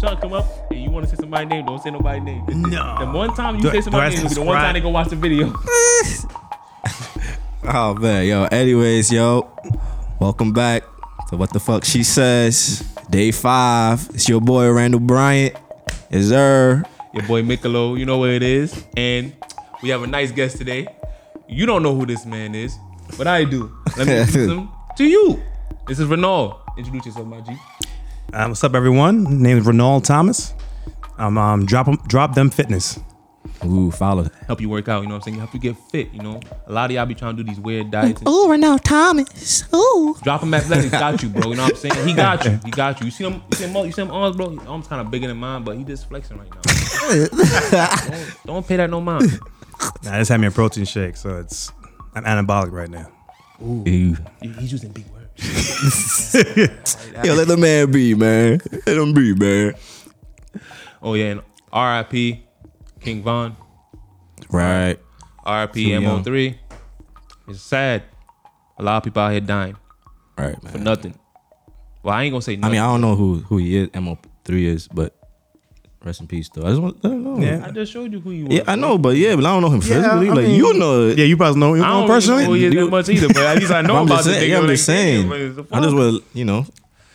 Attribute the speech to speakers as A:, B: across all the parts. A: Chunk come up and you want to say somebody's name, don't say nobody's name.
B: No.
A: The one time you
B: Do- do I
A: say somebody's name, will be the one
B: subscribe?
A: time they go watch the video.
C: Oh man, yo. Anyways, yo, welcome back to what the fuck she says. Day five. It's your boy Randall Bryant. Is there?
A: Your boy Mikolo, you know where it is. And we have a nice guest today. You don't know who this man is, but I do. Let me introduce him to you. This is Renault. Introduce yourself, my G.
B: Um, what's up, everyone? My name is Renald Thomas. I'm um, drop 'em- drop them fitness.
C: Ooh, follow.
A: Help you work out, you know what I'm saying? Help you get fit, you know? A lot of y'all be trying to do these weird diets. and
C: Ooh, Renault Thomas. Ooh.
A: Drop him athletics got you, bro. You know what I'm saying? He got you. He got you. You see him? You see him? You see him arms, bro. His arms kind of bigger than mine, but he just flexing right now. don't, don't pay that no mind.
B: I just had me a protein shake, so it's I'm anabolic right now.
A: He- He's using big words.
C: Yo, let the man be, man. Let him be, man.
A: Oh yeah, and R.I.P. King Von.
C: Right.
A: R.I.P.
B: young.
A: M03. It's sad. A lot of people out here dying
C: Right, man.
A: for nothing. Well, I ain't gonna say
C: I
A: nothing.
C: mean, I don't know who who he is. Mo three is, but rest in peace, though. I just want I don't know.
B: Yeah.
A: I just showed you who you were.
C: Yeah, I know, but yeah, but I don't know him
B: Yeah,
C: physically.
B: I
C: like
B: mean-
C: you know,
B: Yeah, you probably know him
A: I don't
B: personally.
A: know who he is that
C: You-
A: much either, but at least I know
C: I'm
A: about
C: just
A: this nigga.
C: saying. yeah, I'm
A: Like,
C: just saying.
A: nigga, what the
C: I just
A: fuck?
C: want you know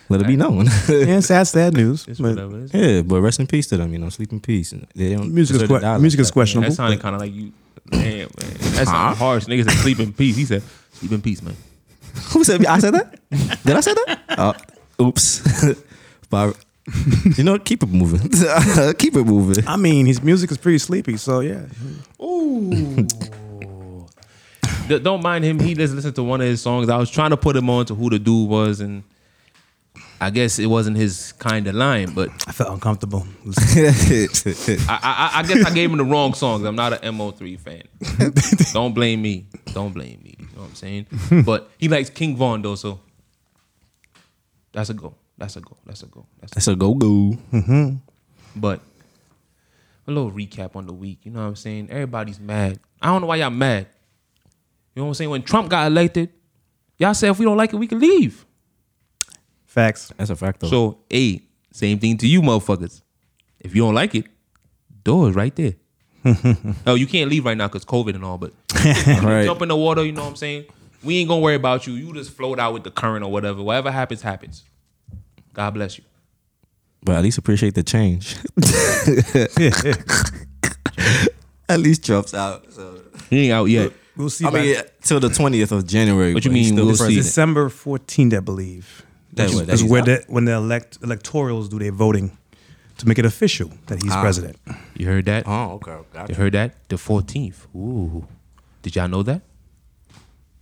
C: let it be known.
B: yeah, sad, sad news.
A: It's
B: but
A: whatever. It's-
C: yeah, but rest in peace to them. You know, sleep in peace. And They don't
B: music is
C: deserve to die
B: que-
C: like
B: music is
C: that.
B: questionable.
A: That sounded kind of like you. Damn, man. That sounded harsh. Niggas said sleep in peace. He said sleep in peace, man.
C: Who said I said that? Did I say that? Oh, oops. but you know, keep it moving. keep it moving.
B: I mean, his music is pretty sleepy, so yeah.
A: D- don't mind him. He just listened to one of his songs. I was trying to put him on to who the dude was, and I guess it wasn't his kind of line. But
B: I felt uncomfortable.
A: I, I, I- I guess I gave him the wrong songs. I'm not an Mo3 fan. don't blame me. Don't blame me. You know what I'm saying? But he likes King Von though, so that's a go. That's a go. That's a go. That's a
C: That's a go go.
A: But a little recap on the week. You know what I'm saying? Everybody's mad. I don't know why y'all mad. You know what I'm saying? When Trump got elected, y'all said if we don't like it, we can leave.
B: Facts.
C: That's a fact though.
A: So, A, same thing to you motherfuckers. If you don't like it, door is right there. oh, you can't leave right now because COVID and all, but
C: right.
A: jump in the water, you know what I'm saying? We ain't gonna worry about you. You just float out with the current or whatever. Whatever happens, happens. God bless you.
C: But at least appreciate the change. at least Trump's out. So.
A: He ain't out yet.
B: We'll see.
C: I
B: by-
C: mean, yeah, till the twentieth of January.
A: What you
C: but he's
A: mean
C: still
A: we'll
C: the
A: see?
C: president.
B: December 14th, I believe.
C: That
B: Which
C: way,
B: is-
C: that
B: is
C: he's
B: where
C: out.
B: the, when the elect, electorals do their voting to make it official that he's president.
A: You heard that?
C: Oh, okay. Gotcha.
A: You heard that? The 14th. Ooh. Did y'all know that?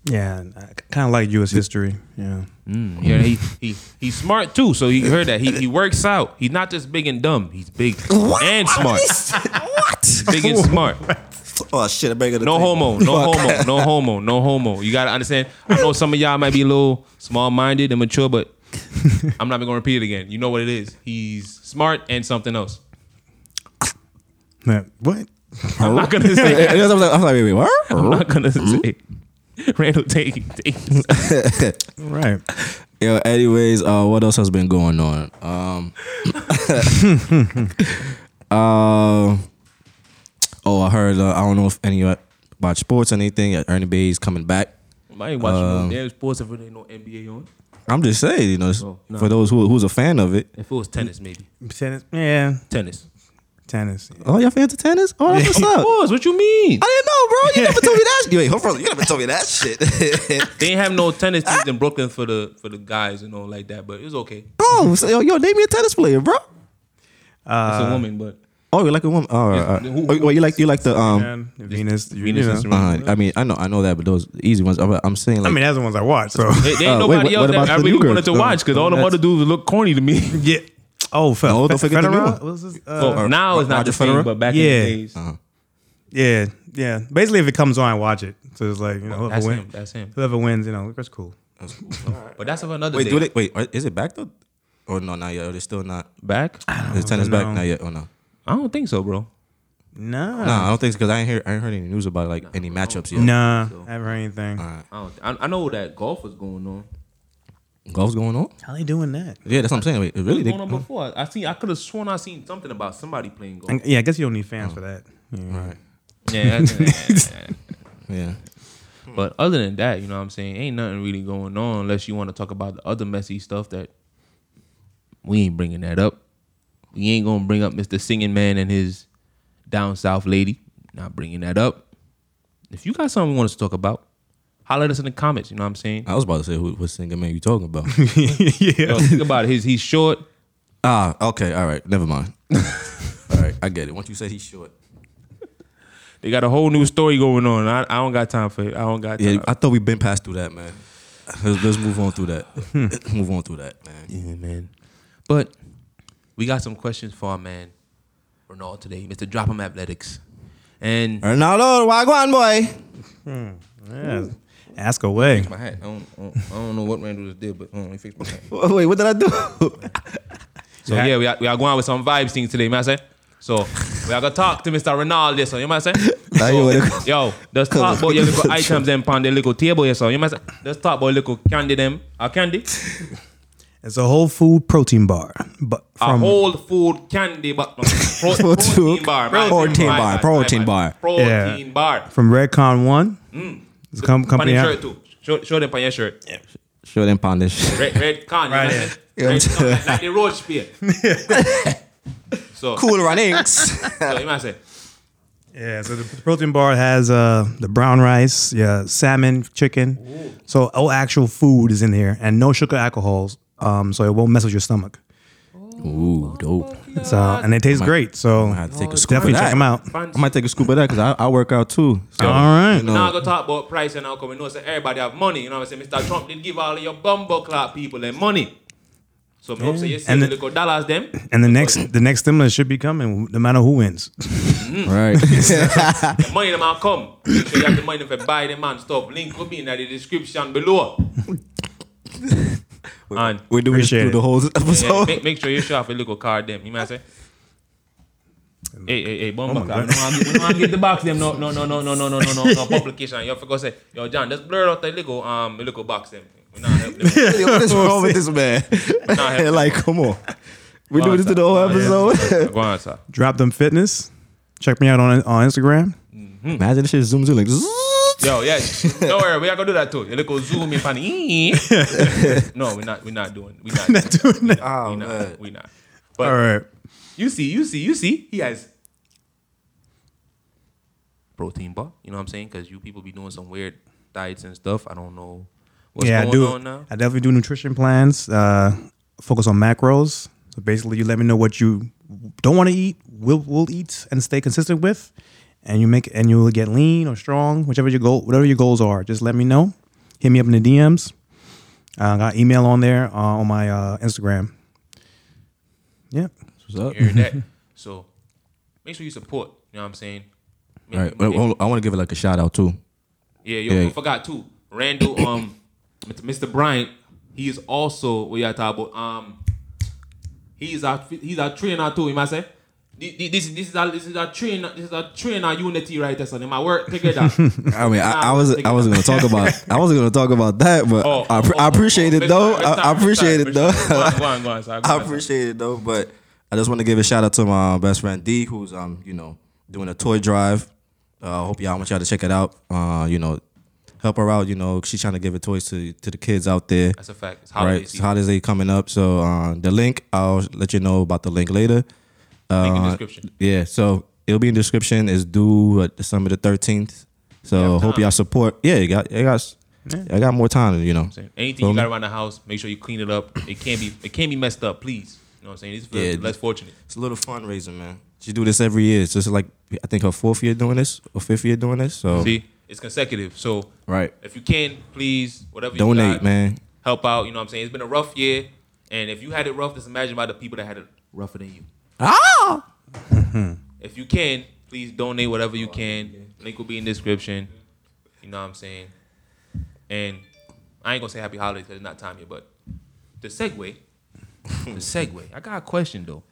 B: Yeah, kind of like U.S. history. Yeah.
A: Mm. Yeah, he, he he's smart too. So he heard that. He he works out. He's not just big and dumb. He's big and smart.
C: what?
A: Big and smart.
C: Oh shit! I better go to
A: No
C: table.
A: homo. No
C: Fuck.
A: homo. No homo. No homo. You gotta understand. I know some of y'all might be a little small minded and mature, but I'm not even gonna repeat it again. You know what it is. He's smart and something else.
B: Yeah. What?
A: I'm not gonna say.
C: I was like, I was like, wait, wait,
A: I'm
C: what?
A: not gonna say. Randall, take, take.
B: Right.
C: Yo, anyways, uh, what else has been going on? Um, uh, oh, I heard. Uh, I don't know if any about sports or anything. uh, Ernie Bay's coming back.
A: I ain't watching no damn sports if it ain't no NBA on.
C: I'm just saying, you know, s-
A: Oh, nah.
C: for those who who's a fan of it.
A: If it was tennis, maybe
B: Tennis. Yeah.
A: tennis.
B: Tennis.
C: Oh, y'all fans of tennis? Oh, that's what's up.
A: Pause. What you mean?
C: I didn't know, bro. You never told me that. Wait, hold on. You never told me that shit.
A: They ain't have no tennis teams in Brooklyn for the for the guys and all like that, but it was okay. It's
C: bro, so, yo, yo, name me a tennis player, bro.
A: a
B: Uh,
A: woman, but
C: Oh, you like a woman? Oh, all right.
A: who-
C: Oh, well, you like you like the um.
B: And Venus. you
A: Venus
B: know.
A: and Serena.
C: Uh, I mean, I know, I know that, but those easy ones. I'm, I'm saying
B: I
C: like,
B: mean, that's the ones I watched. So.
A: There there ain't
C: Uh, wait,
A: nobody else
C: what- what about
A: that I
C: the
A: really
C: new girl?
A: wanted to
C: Uh,
A: watch because all the other dudes look corny to me.
B: yeah. Oh, Fe-
C: No, don't
B: Fe-
C: forget the new
B: Federer?
C: one.
B: Was this, uh,
A: Well, now it's not
C: Roger
A: the same,
C: Federer? Uh,
A: but back
B: Yeah.
A: in the days,
B: Yeah. Yeah. Basically, if it comes on, I watch it. So it's like you know, whoever
A: that's
B: wins,
A: him. That's him.
B: whoever wins, you know, that's cool.
A: But that's of another
C: wait,
A: day.
C: do they, wait, are- is it back though? Or no, not yet. Or they still not.
A: back? I
C: Is tennis
B: know.
C: back? Not yet. Oh no.
A: don't think so, bro.
B: Nah.
C: No, I don't think because I ain't hear I ain't heard any news about like any matchups yet.
B: Nah. I haven't heard anything.
A: I, don't, I, I know that golf was going on.
C: Golf's going on.
B: How they doing that?
C: Yeah, that's what I'm saying. Wait, it really?
A: Going on before. I seen. I could have sworn I seen something about somebody playing golf.
B: And- yeah, I guess you don't need
A: Oh.
B: fans for that. Right.
A: Yeah. that's-
C: yeah.
A: but other than that, you know what I'm saying? Ain't nothing really going on unless you want to talk about the other messy stuff that we ain't bringing that up. We ain't going to bring up Mr. Singing Man and his down south lady. Not bringing that up. If you got something you want us to talk about, holler at us in the comments. You know what I'm saying?
C: I was about to say, who, what singer man you talking about?
B: yeah.
A: Yo, think about it. He's, he's short.
C: ah, okay, all right, never mind. all right, I get it. Once you say he's short,
A: They got a whole new story going on. I, I don't got time for it. I don't got time.
C: yeah, I thought we've been past through that, man. Let's, let's move on through that. move on through that, man.
A: Yeah, man. But we got some questions for our man Ronald today, Mr. Drop 'em Athletics. And
C: Ronaldo, Wagwan boy.
B: yeah. Ask away.
A: my hat. I don't, I don't, I don't know what Randall just did, but hold on, he fixed my hat.
C: Wait, what did I do?
A: So yeah, we are, we are going out with some vibes thing today, you might say. So we are gonna talk to Mr. Ronald this one, you might say.
C: Now you wanna go-
A: So, yo, let's talk about your little items them on the little table here, so you might say. Let's talk about little candy them. A candy,
B: It's a whole food protein bar, but
A: a
B: from
A: whole food candy, but no, pro- protein bar, man.
C: Protein
A: My
C: bar,
A: bad, my
C: protein
A: bad.
C: bar.
A: protein
B: Yeah.
A: bar.
B: from Redcon One. It's a com-
A: Pan
B: company
A: your
B: out-
A: Mm. shirt too. Show, show them pan your shirt.
C: Sure, then pound this shit.
A: Red, red con.
B: Right
A: Right
B: here.
A: Red con, like, like the road spear. so,
C: Cool runnings.
A: so you might say,
B: Yeah, so the protein bar has uh, the brown rice, yeah, salmon, chicken. So all actual food is in here, and no sugar alcohols, um, so it won't mess with your stomach.
C: Ooh, dope.
B: So and it tastes great. So
C: I had to take a scoop
B: definitely
C: of that.
B: check them out.
A: fancy.
C: I might take a scoop of that because I, I work out too. So,
B: All right.
C: You know,
A: Now I go talk about price and outcome. We know say everybody have money. You know what I'm saying? Mr. Trump did give all of your bumbo clock people their money. So me hope say you see
B: And
A: the
B: the-
A: little dollars them.
B: And the next the next stimulus should be coming, no matter who wins.
C: Mm. right.
A: The money them all come. Make sure you have the money for buy them and stuff. Link will be in the description below. and
C: We're doing this
B: Appreciate
C: through
B: it.
C: the whole
A: Yeah,
C: episode.
A: make, make sure you show off a little card them. You might say. Hey, hey, hey, bumbo
B: Oh God.
A: card. We don't want to get- we don't want to get the box them. No, no, no, no, no, no, no, no, no. no publication. You forgot say, yo, John, just blur out the little um the little box them. We not help them.
C: what is wrong with this man?
A: Nah,
C: like, come on. We're doing this
A: sir.
C: through the whole
A: Nah, Oh, yeah.
C: episode.
A: Go on, sir.
B: Drop them fitness. Check me out on on Instagram.
C: Imagine this shit zooms in like. zzz.
A: Yo, yeah. Don't worry, we are gonna do that too. A little zoom in funny. no, we're not. We're not doing. We're not. We're
B: Doing that.
C: Oh, man.
A: not. We're not. But
B: All right.
A: you see, you see, you see. He has protein bar. You know what I'm saying? Because you people be doing some weird diets and stuff. I don't know what's
B: yeah,
A: going
B: I do.
A: on now.
B: I definitely do nutrition plans. Uh, focus on macros. So basically, you let me know what you don't want to eat, will will eat, and stay consistent with, and you make and you will get lean or strong, whichever your goal, whatever your goals are. Just let me know. Hit me up in the DMs. Uh, I got email on there uh, on my uh, Instagram. Yeah,
C: What's up?
A: You heard that? So make sure you support. You know what I'm saying?
C: All right.
A: Make-
C: Wait, hold on. I want to give it like a shout out too.
A: Yeah, yo,
C: Yeah.
A: we forgot too. Randall, um, Mr. Bryant, he is also what y'all talk about. Um, he's our he's our trainer too. You might say. Thi- thi- This, this is our this is our trainer this is our trainer unity right there son. They might work together.
C: I mean, I, I was I wasn't gonna talk about I wasn't gonna talk about that, but
A: Oh,
C: I, pre-
A: oh,
C: I appreciate
A: oh,
C: it
A: Mr.
C: though. I,
A: Mr.
C: I appreciate it
A: Mr.
C: though.
A: Go on, go on, go on, sorry, go
C: I
A: on, sorry.
C: appreciate it though, but I just want to give a shout out to my best friend D, who's um you know doing a toy drive. Uh, I hope y'all I want y'all to check it out. Uh, you know, help her out. You know, she's trying to give a toys to to the kids out there.
A: That's a fact. It's holiday
C: Right, it's
A: season.
C: holiday coming up, so uh, the link I'll let you know about the link later.
A: Link in
C: Uh,
A: description.
C: Yeah, so it'll be in the description. It's due uh, December the thirteenth. So hope y'all support. Yeah, you got, you got, I got more time. You know.
A: Anything you
C: Um,
A: got around the house, make sure you clean it up. It can't be it can't be messed up, please. You know what I'm saying? It's for
C: Yeah.
A: the less fortunate.
C: It's a little fundraiser, man. She do this every year. So this is like I think her fourth year doing this or fifth year doing this. So
A: See, it's consecutive. So
C: right,
A: if you can, please, whatever you
C: donate,
A: got,
C: man.
A: help out. You know what I'm saying? It's been a rough year. And if you had it rough, just imagine about the people that had it rougher than you.
C: Ah,
A: If you can, please donate whatever you can. Link will be in the description. You know what I'm saying? And I ain't gonna say happy holidays because it's not time yet, but the segue, the segue. I got a question though.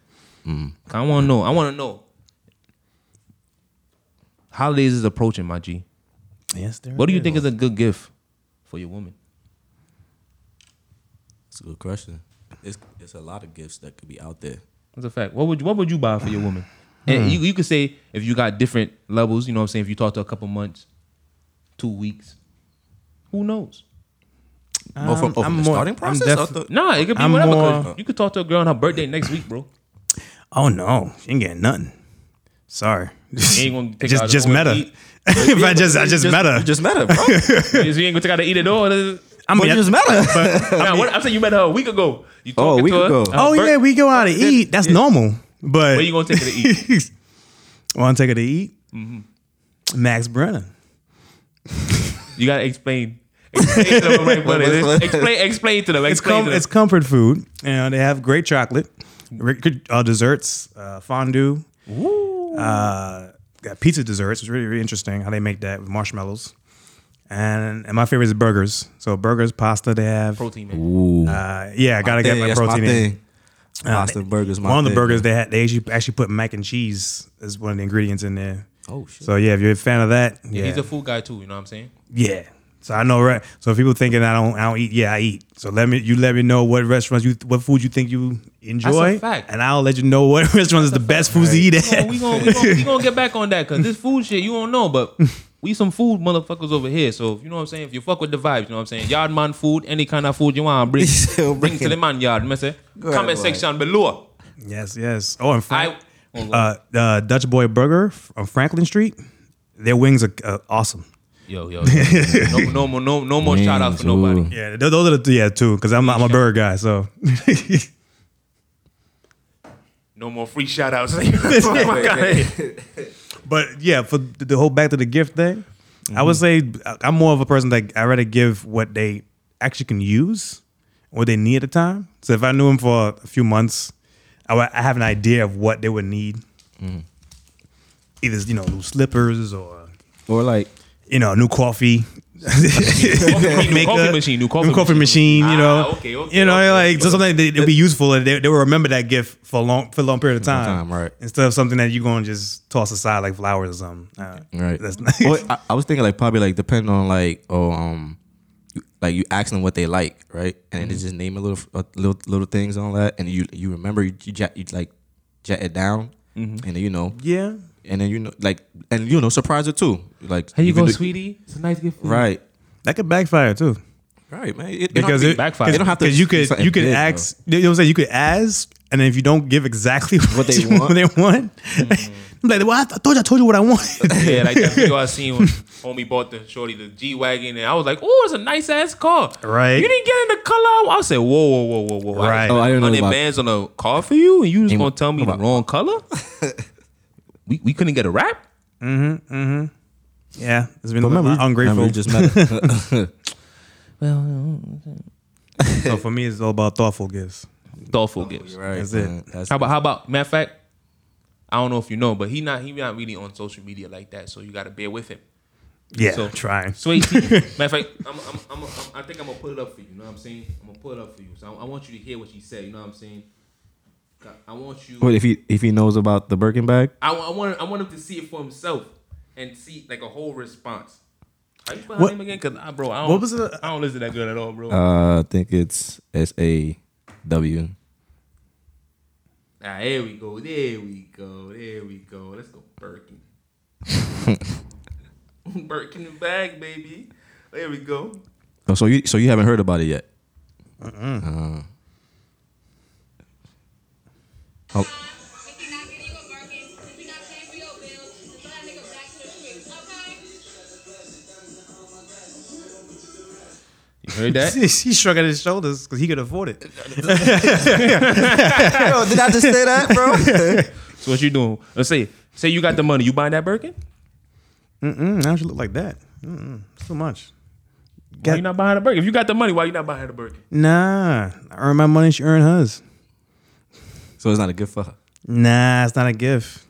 A: 'Cause I wanna know. I wanna know. Holidays is approaching, my G.
B: yes. There
A: What do you
B: is.
A: think is a good gift for your woman?
C: It's a good question. It's it's a lot of gifts that could be out there.
A: That's a fact. What would what would you buy for your woman? And you, you could say if you got different levels, you know what I'm saying, if you talk to a couple months, two weeks, who knows?
C: oh, from, oh, from
B: Um, I'm
C: the
B: more-
C: starting
B: I'm
C: process? I
B: def-
C: thought-
A: Nah, it could be
B: I'm
A: whatever.
B: more-
A: 'cause you could talk to a girl on her birthday next week, bro.
B: Oh no, she ain't getting nothing. Sorry.
A: You ain't gonna take
B: just
A: out
B: just
A: the
B: met her.
A: eat.
B: if I just I just, met her.
C: You just met her, bro. you
A: you ain't gonna take out to eat at all.
B: I mean,
C: just met her.
A: Nah, what- I'm saying you met her a week ago. You
C: Oh, a
A: talking
C: week
A: to her,
C: ago.
A: on her
B: oh
A: birth-
B: yeah, we go out to eat. That's normal. But
A: Where you gonna take her to eat?
B: Want to take her to eat?
A: Mm-hmm.
B: Max Brennan.
A: You gotta explain. Explain to them, like, what it is. explain, explain to them.
B: It's
A: Explain
B: com-
A: to them.
B: it's comfort food. You know, they have great chocolate, re- good, uh, desserts, uh, fondue. Uh, got pizza desserts. It's really really interesting how they make that with marshmallows. And and my favorite is burgers. So burgers, pasta. They have.
A: protein, man.
C: Ooh.
B: Uh, yeah, I gotta get my
C: that's
B: protein.
C: my
B: in. Uh,
C: thing. Pasta burgers, my
B: one of the
C: thing.
B: burgers they had, they actually actually put mac and cheese as one of the ingredients in there.
C: Oh, shit.
B: So yeah, if you're a fan of that, yeah,
A: He's a food guy too. You know what I'm saying?
B: yeah. So I know right. So if people thinking I don't, I don't eat. Yeah, I eat. So let me, you let me know what restaurants you, what food you think you enjoy,
A: fact.
B: and I'll let you know what restaurants is the best foods to eat
A: Oh,
B: at.
A: we gonna we gonna, we gonna get back on that because this food shit you don't know, but we some food motherfuckers over here. So if you know what I'm saying, if you fuck with the vibes, you know what I'm saying. Yard man food, any kind of food you want, bring
C: He'll
A: bring,
C: bring
A: to the man yard. Me say,
C: ahead,
A: comment
C: boy.
A: section below.
B: yes, yes. Oh, and
A: I
B: Frank, uh, uh, Dutch Boy Burger on Franklin Street, their wings are uh, awesome.
A: yo yo, yo. no no more no no more shout outs for
C: Ooh.
A: nobody.
B: Yeah, th- those are the yeah two because I'm I'm a burger guy. So
A: No more free shout outs.
B: But yeah, for the the whole back to the gift thing, I would say I- I'm more of a person that I rather give what they actually can use, what they need at the time. So if I knew them for a few months, I, would, I have an idea of what they would need. Either you know new slippers or
C: Or like,
B: you know new coffee.
A: machine, new
B: Maker,
A: coffee machine, new coffee
B: machine,
A: machine.
B: you know,
A: Ah, okay, okay,
B: you know,
A: okay,
B: like
A: okay.
B: so something that will be useful and they, they will remember that gift for a long for a long period of time,
C: time, right.
B: Instead of something that you're going to just toss aside like flowers or something, Uh,
C: right?
B: That's nice.
C: Or I, I was thinking like probably like depending on like oh um, you- like you ask them what they like, right? And they just name a little a little little things on that, and you you remember you you, jot, you like jot it down, and then you know
B: Yeah.
C: and then you know like and you know surprise her too, like
A: Here you
C: even
A: go,
C: though-
A: sweetie. It's a nice gift. For you.
C: Right,
B: That could backfire too.
C: right, man. It,
B: Because it,
A: backfire.
B: cause-
A: They
C: don't have to
B: 'cause you
C: do
B: could
C: something
B: you could
C: big, though.
B: ask you know what I'm saying? You could ask and then if you don't give exactly what,
C: they
B: you-
C: want.
B: they want I'm like, well, I, I told you I told you what I wanted.
A: Mm-hmm. yeah, like that video I seen when homie bought the shorty the G wagon, and I was like, "Oh, it's a nice ass car."
B: Right.
A: You didn't get in the color. I said, "Whoa, whoa, whoa, whoa, whoa!"
B: Right.
A: I
B: Oh,
C: I didn't know
A: Hundred
C: about-
A: bands on a car for you, and you just
C: Ain't-
A: gonna tell me the
C: about-
A: wrong color? we we couldn't get a rap.
B: yeah, it's been
C: Remember,
B: a ungrateful.
C: remember, just met her.
B: so for me, it's all about thoughtful gifts.
A: Thoughtful gifts.
C: Oh, right,
B: That's it.
C: man. That's
A: How about how about matter of fact? I don't know if you know, but he not he not really on social media like that, so you got to bear with him.
B: Yeah,
A: So-
B: trying.
A: Sweet. Matter of fact, I'm, I'm, I'm, I'm, I think I'm gonna put it up for you. You know what I'm saying? I'm gonna put it up for you. So I, I want you to hear what she said. You know what I'm saying? I- I want you.
C: Wait, if he if he knows about the Birkin bag,
A: I, wa- I want I want him to see it for himself and see like a whole response. How you spell her
B: What-
A: name again? Cause I, bro, I don't.
B: What was the-
A: I don't listen to that girl at all, bro.
C: uh, I think it's S A W.
A: ah, there we go. There we go. There we go. Let's go Birkin. Birkin bag, baby. There we go.
C: Oh, so you so you haven't heard about it yet? Uh-uh. Oh,
D: If you're not getting your bargain, if you're not paying for your bills, then let that nigga back to the street,
A: You
D: okay?
A: heard
C: Eh?
A: that?
B: he shrugged his shoulders because he could afford it.
C: bro, did I just say that, bro?
A: so what you doing? Let's say say you got the money. You buying that Birkin?
B: Mm-mm, now she look like that. Mm-mm, so much.
A: Why
B: Got-
A: you not buying a Birkin? If you got the money, why you not buying a Birkin?
B: Nah, I earn my money. She earned hers.
C: so it's not a gift for her.
B: Nah, it's not a gift.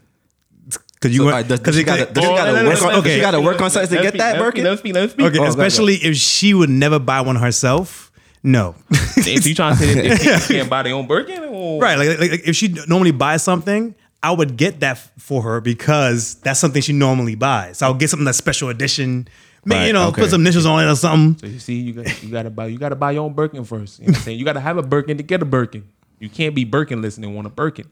B: Cause you
C: So,
B: want-
C: all right, does-
B: 'cause
C: does she
B: it could-
C: gotta- does she
A: Oh,
C: gotta
A: no, no, no,
C: work on-
A: let's-
B: okay.
C: she gotta work on
A: let's-
C: size to
A: let's
C: get
A: speak,
C: that
A: let's
C: Birkin?
A: speak, Let's speak. Let's speak.
B: Okay,
C: Oh,
B: especially if she would never buy one herself. No,
A: if you trying to say that if you can't buy their own Birkin, oh. or
B: right? Like, like, like if she normally buys something, I would get that f- for her because that's something she normally buys. I'll get something that's special edition. Ma-
C: Right,
B: you know,
C: okay.
B: put some initials on it or something.
A: So you see, you got you gotta buy you gotta buy your own Birkin first. You know what I'm saying? You gotta have a Birkin to get a Birkin. You can't be Birkin listening want a Birkin.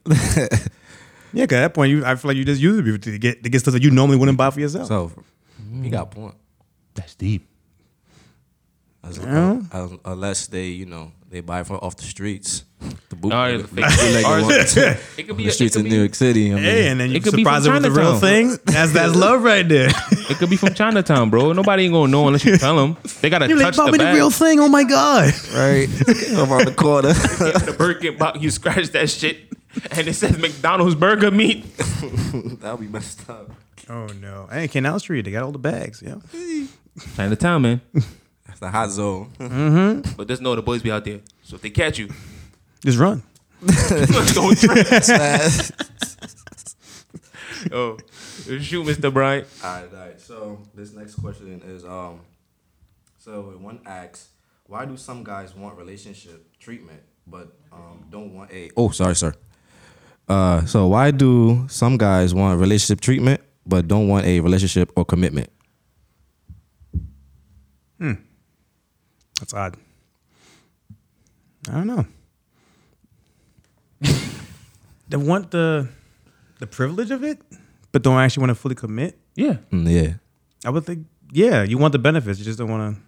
B: Yeah, 'cause at that point, you, I feel like you just use it to get to get stuff that you normally wouldn't buy for yourself.
C: So he got point.
A: Mm. That's deep.
C: As- as- unless they, you know, they buy from off the streets. The boot,
A: Nah,
C: the
A: it's a fake-
C: bootlegger
A: or
C: one,
A: it's-
C: on
A: It could be
C: the
A: a, it
C: streets
A: could
C: of
A: be,
C: New York City. I mean,
B: Hey, and then you
A: It could be
B: surprise it
A: from
B: with the real
A: Chinatown.
B: thing. That's that's love right there.
A: it could be from Chinatown, bro. Nobody ain't gonna know unless you tell them. They gotta
B: You're like,
A: touch
B: bought
A: the
B: me the
A: bag.
B: real thing. Oh my god.
C: right around the corner.
A: the Birkin box, you scratch that shit, and it says McDonald's burger meat.
C: That'll be messed up.
B: Oh no. Hey, Canal Street, they got all the bags. Yeah.
A: Chinatown, man.
C: That's the hot zone.
A: But just know the boys be out there. So if they catch you,
B: Just run.
A: don't trip. oh, shoot, Mr. Bryant.
C: All right, all right. So this next question is um, so when one asks, why do some guys want relationship treatment but um don't want a? Oh, sorry, sir. Uh, so why do some guys want relationship treatment but don't want a relationship or commitment?
B: That's odd. I don't know. they want the the privilege of it, but don't actually want to fully commit.
A: Yeah.
C: Mm, yeah,
B: I would think, yeah, you want the benefits, you just don't want to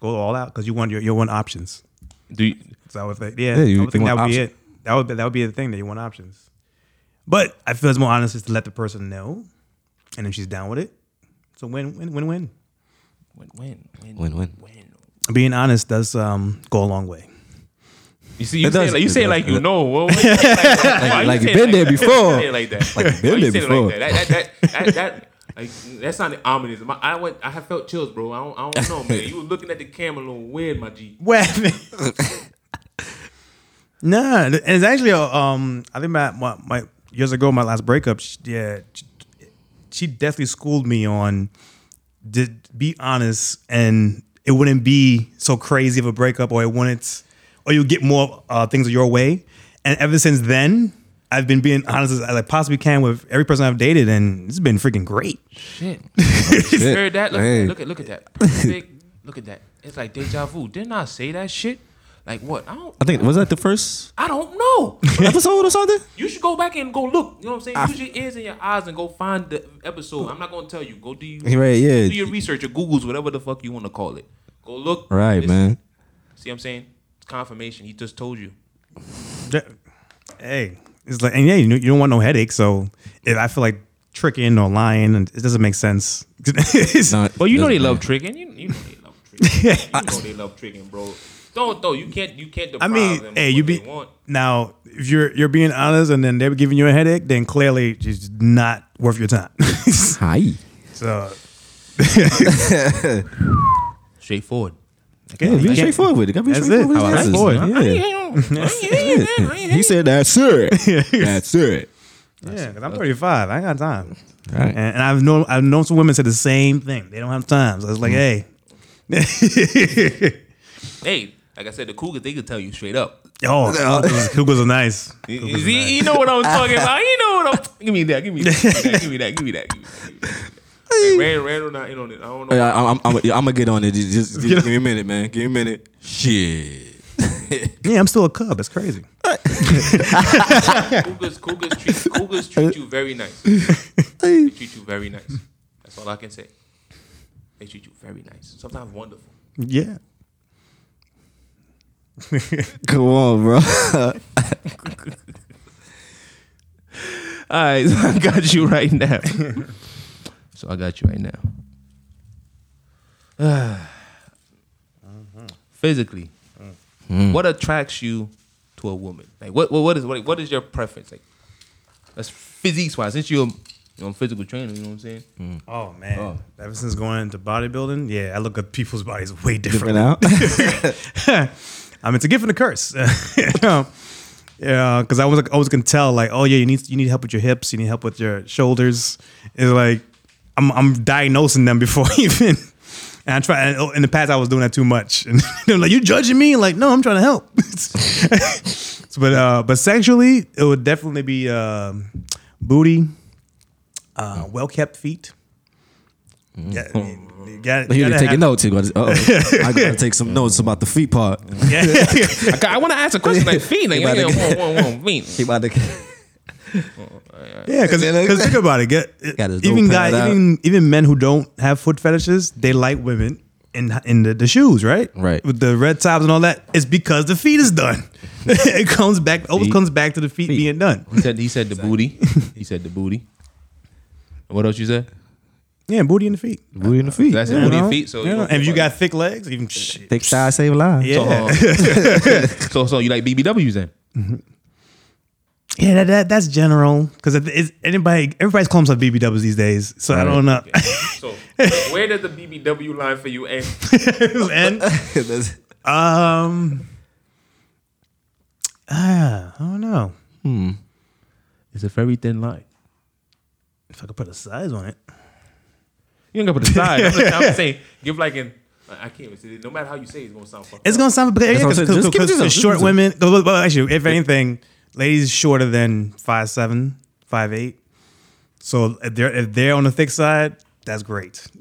B: go all out because you want your, your one options.
A: Do you,
B: So I would think, yeah,
C: Yeah, you-
B: I
C: you
B: would think that
C: want
B: would be
C: options.
B: it. That would be, that would be the thing that you want options. But I feel it's more honest is to let the person know, and if she's down with it, it's a win win win win.
A: when, when, when,
C: win win.
B: Being honest does um, go a long way.
A: You see, you
C: It
A: saying
C: does-
A: like you
C: it
A: saying
C: does-
A: like you
C: it-
A: know, well, why you saying like, that? Why
C: like
A: you
C: you
A: saying
C: been there
A: that?
C: before.
A: Why you saying like that,
C: Like
A: Why
C: you been there
A: saying it
C: before.
A: Like that? That, that, that, that, that like, that sounded ominous. My, I went, I have felt chills, bro. I don't, I don't know, man. You were looking at the camera a little weird, my G.
B: nah, and it's actually a, um, I think my, my my years ago, my last breakup, she, yeah, she, she definitely schooled me on did be honest, and it wouldn't be so crazy of a breakup, or it wouldn't, or you get more uh, things your way. And ever since then, I've been being honest as I possibly can with every person I've dated, and it's been freaking great.
A: Shit.
C: Shit.
A: Heard that? Look,
C: Hey.
A: look at look at that. Perfect. look at that. It's like deja vu. Didn't I say that shit? Like what? I don't.
C: I think was that the first
A: I don't know.
C: episode or something.
A: You should go back and go look. You know what I'm saying? Use your ears and your eyes and go find the episode. I'm not gonna tell you. Go do you
C: Right, yeah.
A: do your research or Google's whatever the fuck you want to call it. Go look.
C: Right,
A: listen.
C: man.
A: See what I'm saying? It's confirmation. He just told you.
B: That- hey, it's like, and yeah, you, you don't want no headache. So if I feel like tricking or lying, and it doesn't make sense. It's-
A: But you know they
C: Doesn't-
A: love tricking. You, you know they love tricking. you know they love tricking, bro. Don't though. You can't. You can't.
B: I
A: Deprive them of
B: mean, hey,
A: what
B: you
A: they
B: be
A: want.
B: now if you're you're being honest, and then they're giving you a headache, then clearly it's just not worth your time.
C: Hi.
B: so
A: straightforward.
B: okay,
C: Yeah,
B: you
C: be
B: can't-
C: straightforward with it. Gotta be
B: That's it.
C: straightforward with
B: How I
C: his
B: like
C: answers.
B: it.
C: Yeah. He said, "That's it. That's it."
B: Yeah, 'cause I'm 35. I ain't got time.
C: Right.
B: And, and I've known I've known some women say the same thing. They don't have time. So it's like, hey.
A: Hey, like I said, the cougars they could tell you straight up.
B: Oh, Cougars are nice.
A: You,
B: Cougars are
A: you-
B: nice.
A: you know what I was talking about. You know what I'm. Give me that. Give me that. Give me that. Give me that. Give me that. Give me that. Like, Rand, Randall not in on it. I don't know.
C: Yeah, I- I'm, I'm, I'm, gonna get on it. Just, just give, give me a minute, man. Give me a minute. Shit.
B: Yeah, I'm still a cub. It's crazy.
A: Cougars, cougars treat cougars treat you very nice. They treat you very nice. That's all I can say. They treat you very nice. Sometimes wonderful.
B: Yeah.
C: Come on, bro.
A: All right, so I got you right now. so I got you right now. Physically,
E: Mm.
A: what attracts you to a woman? Like, what what, what is what, what is your preference? Like, that's physique wise. Since you're you're on physical training, you know what I'm saying.
E: Mm.
B: Oh man.
C: Oh.
B: Ever since going into bodybuilding, yeah, I look at people's bodies way
C: Different
B: differently.
C: out.
B: I mean, it's a gift and a curse. yeah, because I was I always can tell like, oh yeah, you need you need help with your hips, you need help with your shoulders. It's like I'm I'm diagnosing them before even. And I try. and, oh, In the past, I was doing that too much, and they're like, "You judging me?" Like, no, I'm trying to help. So, but uh, but sexually, it would definitely be um booty, uh, well kept feet. Yeah, I mean, Got,
C: He
B: gotta
C: was taking
B: have-
C: notes. He goes, "Oh, I gotta take some notes about the feet part."
E: I, want to ask a question like feet. Like,
C: about
E: yeah,
C: to
E: whoa, whoa, whoa, feet.
C: He about to.
B: Yeah, because
C: Yeah, like-
B: think about it. Get,
C: Got his
B: even
C: little pad
B: guys,
C: out.
B: even even men who don't have foot fetishes, they like women in in the, the shoes, right?
C: Right.
B: With the red tops and all that, it's because the feet is done. it comes back. Always comes back to the feet, being done.
E: He said he said the booty. He said the booty. And What else you said?
B: Yeah, booty and the feet.
C: Booty in the feet.
E: That's
B: You
E: booty and
B: know?
E: feet. So
B: You know, and if you got thick legs, even shit.
C: Thick thigh save a life.
B: Yeah,
E: So, um, so so you like BBWs then?
B: yeah, that, that that's general because anybody everybody's calling themselves BBWs these days. So I don't know.
A: So, where does the BBW line for you end?
B: and
C: That's-
B: um, ah, I don't know.
C: Hmm.
E: It's a very thin line.
B: If I could put a size on it.
E: You ain't gonna put a size. I'm just- I'm just saying.
A: Give like an. I can't even say it. No matter how you say it, it's gonna sound fucked.
B: It's gonna sound because
C: what I'm saying. Just keep it to yourself.
B: short
C: Just keep it
B: women. Well, well, actually, if anything, ladies shorter than five seven, five eight. So if they're if they're on the thick side, that's great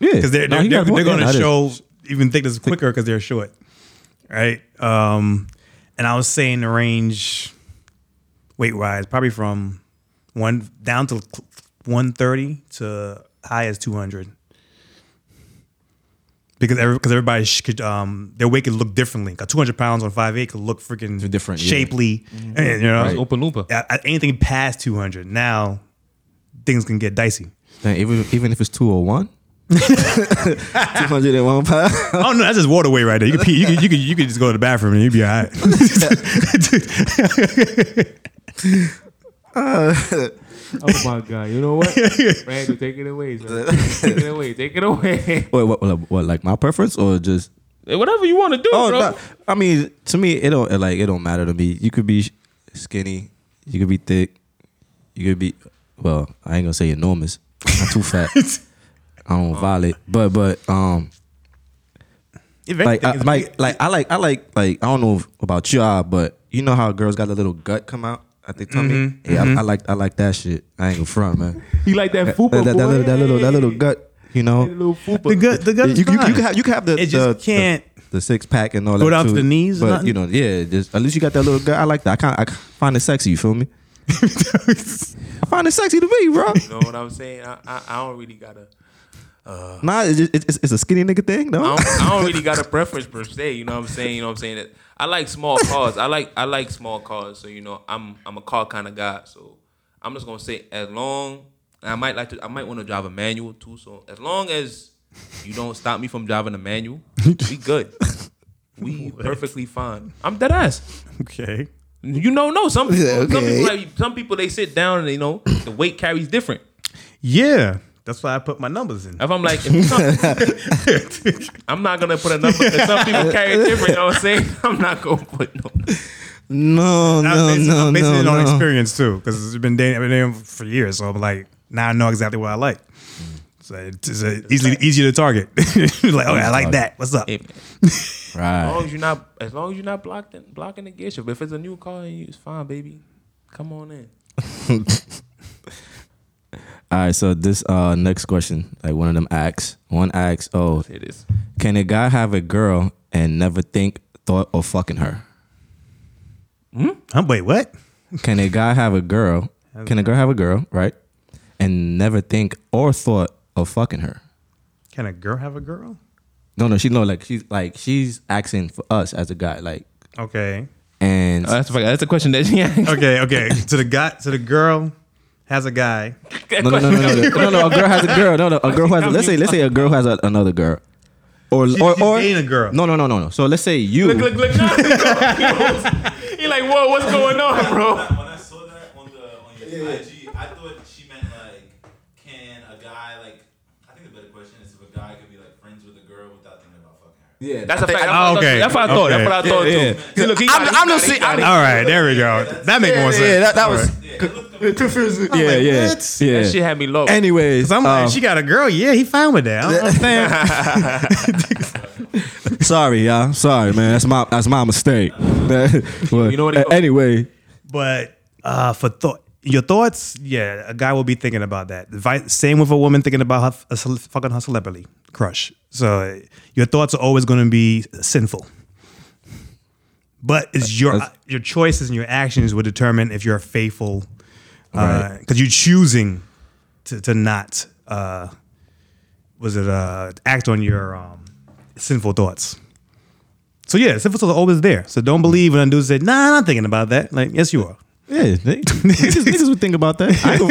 C: Yeah,
B: because they're
C: No,
B: they're,
C: he
B: they're,
C: got a point.
B: they're
C: Yeah,
B: gonna
C: that is-
B: show even thickness quicker because they're short, right? Um, and I was saying the range, weight wise, probably from one down to one thirty to high as two hundred. Because every, cause everybody sh- could, um, their weight could look differently. Like 200 pounds on 5'8 could look freaking
C: Different, yeah. Mm-hmm.
B: shapely. And, you know,
E: Right. Oompa Loompa.
B: Yeah, I- anything past 200, now things can get dicey.
C: Dang, even even if it's two or one. Two hundred and one pound.
B: Oh no, that's just water weight right there. You could pee, you could, you could you could just go to the bathroom and you'd be all right.
A: Oh my god! You know what? Randall, take it away, sir. Take it away. Take it away.
C: Wait, what, what? What? Like my preference or just?
E: Hey, Whatever you want to do,
C: Oh,
E: bro.
C: no, I mean, to me, it don't it like it don't matter to me. You could be skinny, you could be thick, you could be well. I ain't gonna say enormous. I'm too fat. I
A: Oh.
C: don't violate, but but um,
B: If
C: like I,
B: anything,
C: like like I like I like like I don't know about y'all, but you know how girls got the little gut come out at their tummy.
A: Mm-hmm.
C: Yeah, I, I like I like that shit. I ain't gonna front, man.
A: You like that fupa
C: That, that, that
A: boy?
C: little that little that little
A: Hey,
C: gut, you
A: that
C: know.
A: little fupa.
B: the good the good
C: You, you, you can have you can have the
B: It just
C: the-
B: can't-
C: the, the six pack and all that
B: Go down to
C: too,
B: the knees or
C: but you know
B: nothing?
C: yeah just at least you got that little guy I like that I kind I find it sexy you feel me I find it sexy to me bro
A: You know what I'm saying? I, I, I don't really got a
C: nah it's, just- it's, it's a skinny nigga thing
A: I
C: no
A: don't, I don't really got a preference per se. You know what I'm saying? You know what I'm saying? That I like small cars. I like I like small cars. So you know, I'm I'm a car kind of guy. So I'm just gonna say as long I might like to I might want to drive a manual too. So as long as you don't stop me from driving a manual, we good. We perfectly fine. I'm dead ass.
B: okay.
A: You know, no. Some people,
C: Yeah,
A: some
C: okay.
A: people, like, some people they sit down and they know the weight carries different.
B: Yeah. That's why I put my numbers in.
C: Oh,
A: If I'm like, if some- I'm not gonna put a number because some people carry it different. You know what I'm saying? I'm not gonna put no.
C: no
B: I'm
C: no
B: basing-
C: no
B: I'm basing
C: no
B: it on
C: no
B: experience too, because I've been dating, I've been dating for years, so I'm like now I know exactly what I like.
C: Mm.
B: So it's, it's uh, easily easier to target. like, okay, I like that. What's up?
A: Hey, man, as long
C: right
A: as you're not, as long as you're not blocking blocking the gear shift. But if it's a new car, and you, it's fine, baby. Come on in.
C: all right so this uh next question like one of them acts one acts oh
A: It is.
C: can a guy have a girl and never think thought of fucking her
B: Huh? Wait, what?
C: Can a guy have a girl? Can a girl have a girl, right? And never think or thought of fucking her.
B: Can a girl have a girl?
C: No, no, she no, like she's like she's asking for us as a guy, like
B: Okay.
C: and
E: Oh, that's, a- that's a question that she asked.
B: Okay, okay. so the guy so the girl has a guy.
C: no, no, no, no, no, no, no, no, a girl has a girl, no, no, a girl who has let's say let's say a girl has a, another girl, or or
B: she's
C: or
B: dating a girl.
C: No, no, no, no, no. So let's say you.
A: Look, look, look. nah, he, he like, whoa, what's going on, bro?
F: When I saw that on the on your IG, I thought she meant like, can a guy like? I think the better question is if a guy could be like friends with a girl without thinking about fucking her.
C: Yeah,
A: That's a fact.
B: Oh, okay.
A: That's what I thought. That's what I
B: Okay.
A: thought
C: Yeah,
A: too. See, Look, he got
C: I'm-
A: it, he
C: I'm not
A: got it, he
C: see-
A: got
C: I'm-
A: it.
B: All right, there we go. That makes more sense.
C: yeah, that, that
B: All
C: was
B: right.
C: confusing. Yeah, yeah,
A: That shit
C: yeah.
A: had me low.
C: Anyways,
B: So I'm like,
C: um,
B: she got a girl. Yeah, he fine with that. I don't understand.
C: Sorry, y'all. Sorry, man. That's my that's my mistake. That- but,
A: You know what it
C: a-
A: goes-
C: anyway,
B: but uh, for thought, your thoughts, yeah, a guy will be thinking about that. Vi- Same with a woman thinking about her, f- a cele- fucking her celebrity crush. So uh, your thoughts are always going to be sinful. But it's your uh, your choices and your actions will determine if you're faithful, because you're choosing to to not uh, was it uh, act on your um, sinful thoughts. So yeah, sinful thoughts are always there. So don't believe when a dude said, "Nah, I'm not thinking about that." Like, yes, you are.
C: Yeah, niggas, niggas would think about that. I go,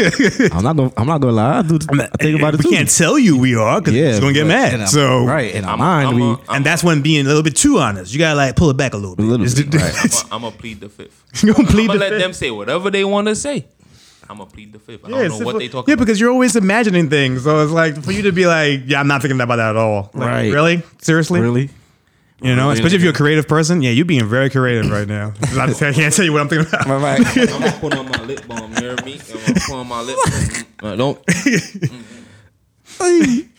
C: I'm not gonna. I'm not gonna lie. I, do, I think about it
B: we
C: too.
B: can't tell you we are because
C: yeah,
B: it's gonna get
C: but-
B: mad.
C: and I'm-
B: so
C: right, and
A: I'm
C: I'm, mine. we-
A: a-
B: and that's when being a little bit too honest. You gotta like pull it back a little bit.
C: A little
B: It's-
C: bit, right.
A: I'm gonna plead the fifth.
B: You gonna plead
A: I'm gonna
B: the
A: let
B: fifth.
A: them say whatever they want to say. I'm gonna plead the fifth. I
B: Yeah,
A: don't know what
B: simple-
A: they talking
B: yeah,
A: about.
B: because you're always imagining things. So it's like for you to be like, yeah, I'm not thinking about that at all. Like,
C: Right.
B: Really? Seriously?
C: Really?
B: You know, especially if you're a creative person. Yeah, you're being very creative right now. I just- I can't tell you what I'm thinking about.
C: Right.
A: I'm gonna put on my lip balm. You hear me? I'm gonna put on my lip. balm. Uh, don't.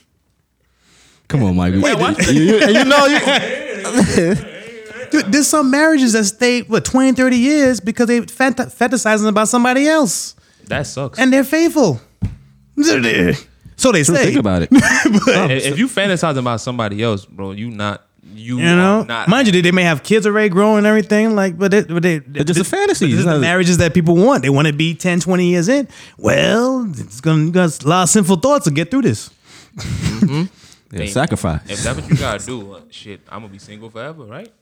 C: Come on, Mike.
A: Wait, what?
C: You, you- you know, you,
B: Dude, there's some marriages that stay what 20, 30 years because they fant- fantasizing about somebody else
G: That sucks.
B: and they're faithful. So they say.
C: think about it.
G: if, if you fantasize about somebody else, bro, you not you,
B: You know,
G: are not
B: mind you, they, they may have kids already grown and everything. Like, but, it, but they, they're
C: just a fantasy.
B: This
C: It's
B: is the
C: not-
B: marriages that people want. They want to be 10, 20 years in. Well, it's gonna you got a lot of sinful thoughts to get through this.
C: Yeah, sacrifice.
A: If that's what you gotta do, uh, shit, I'm gonna be single forever, right?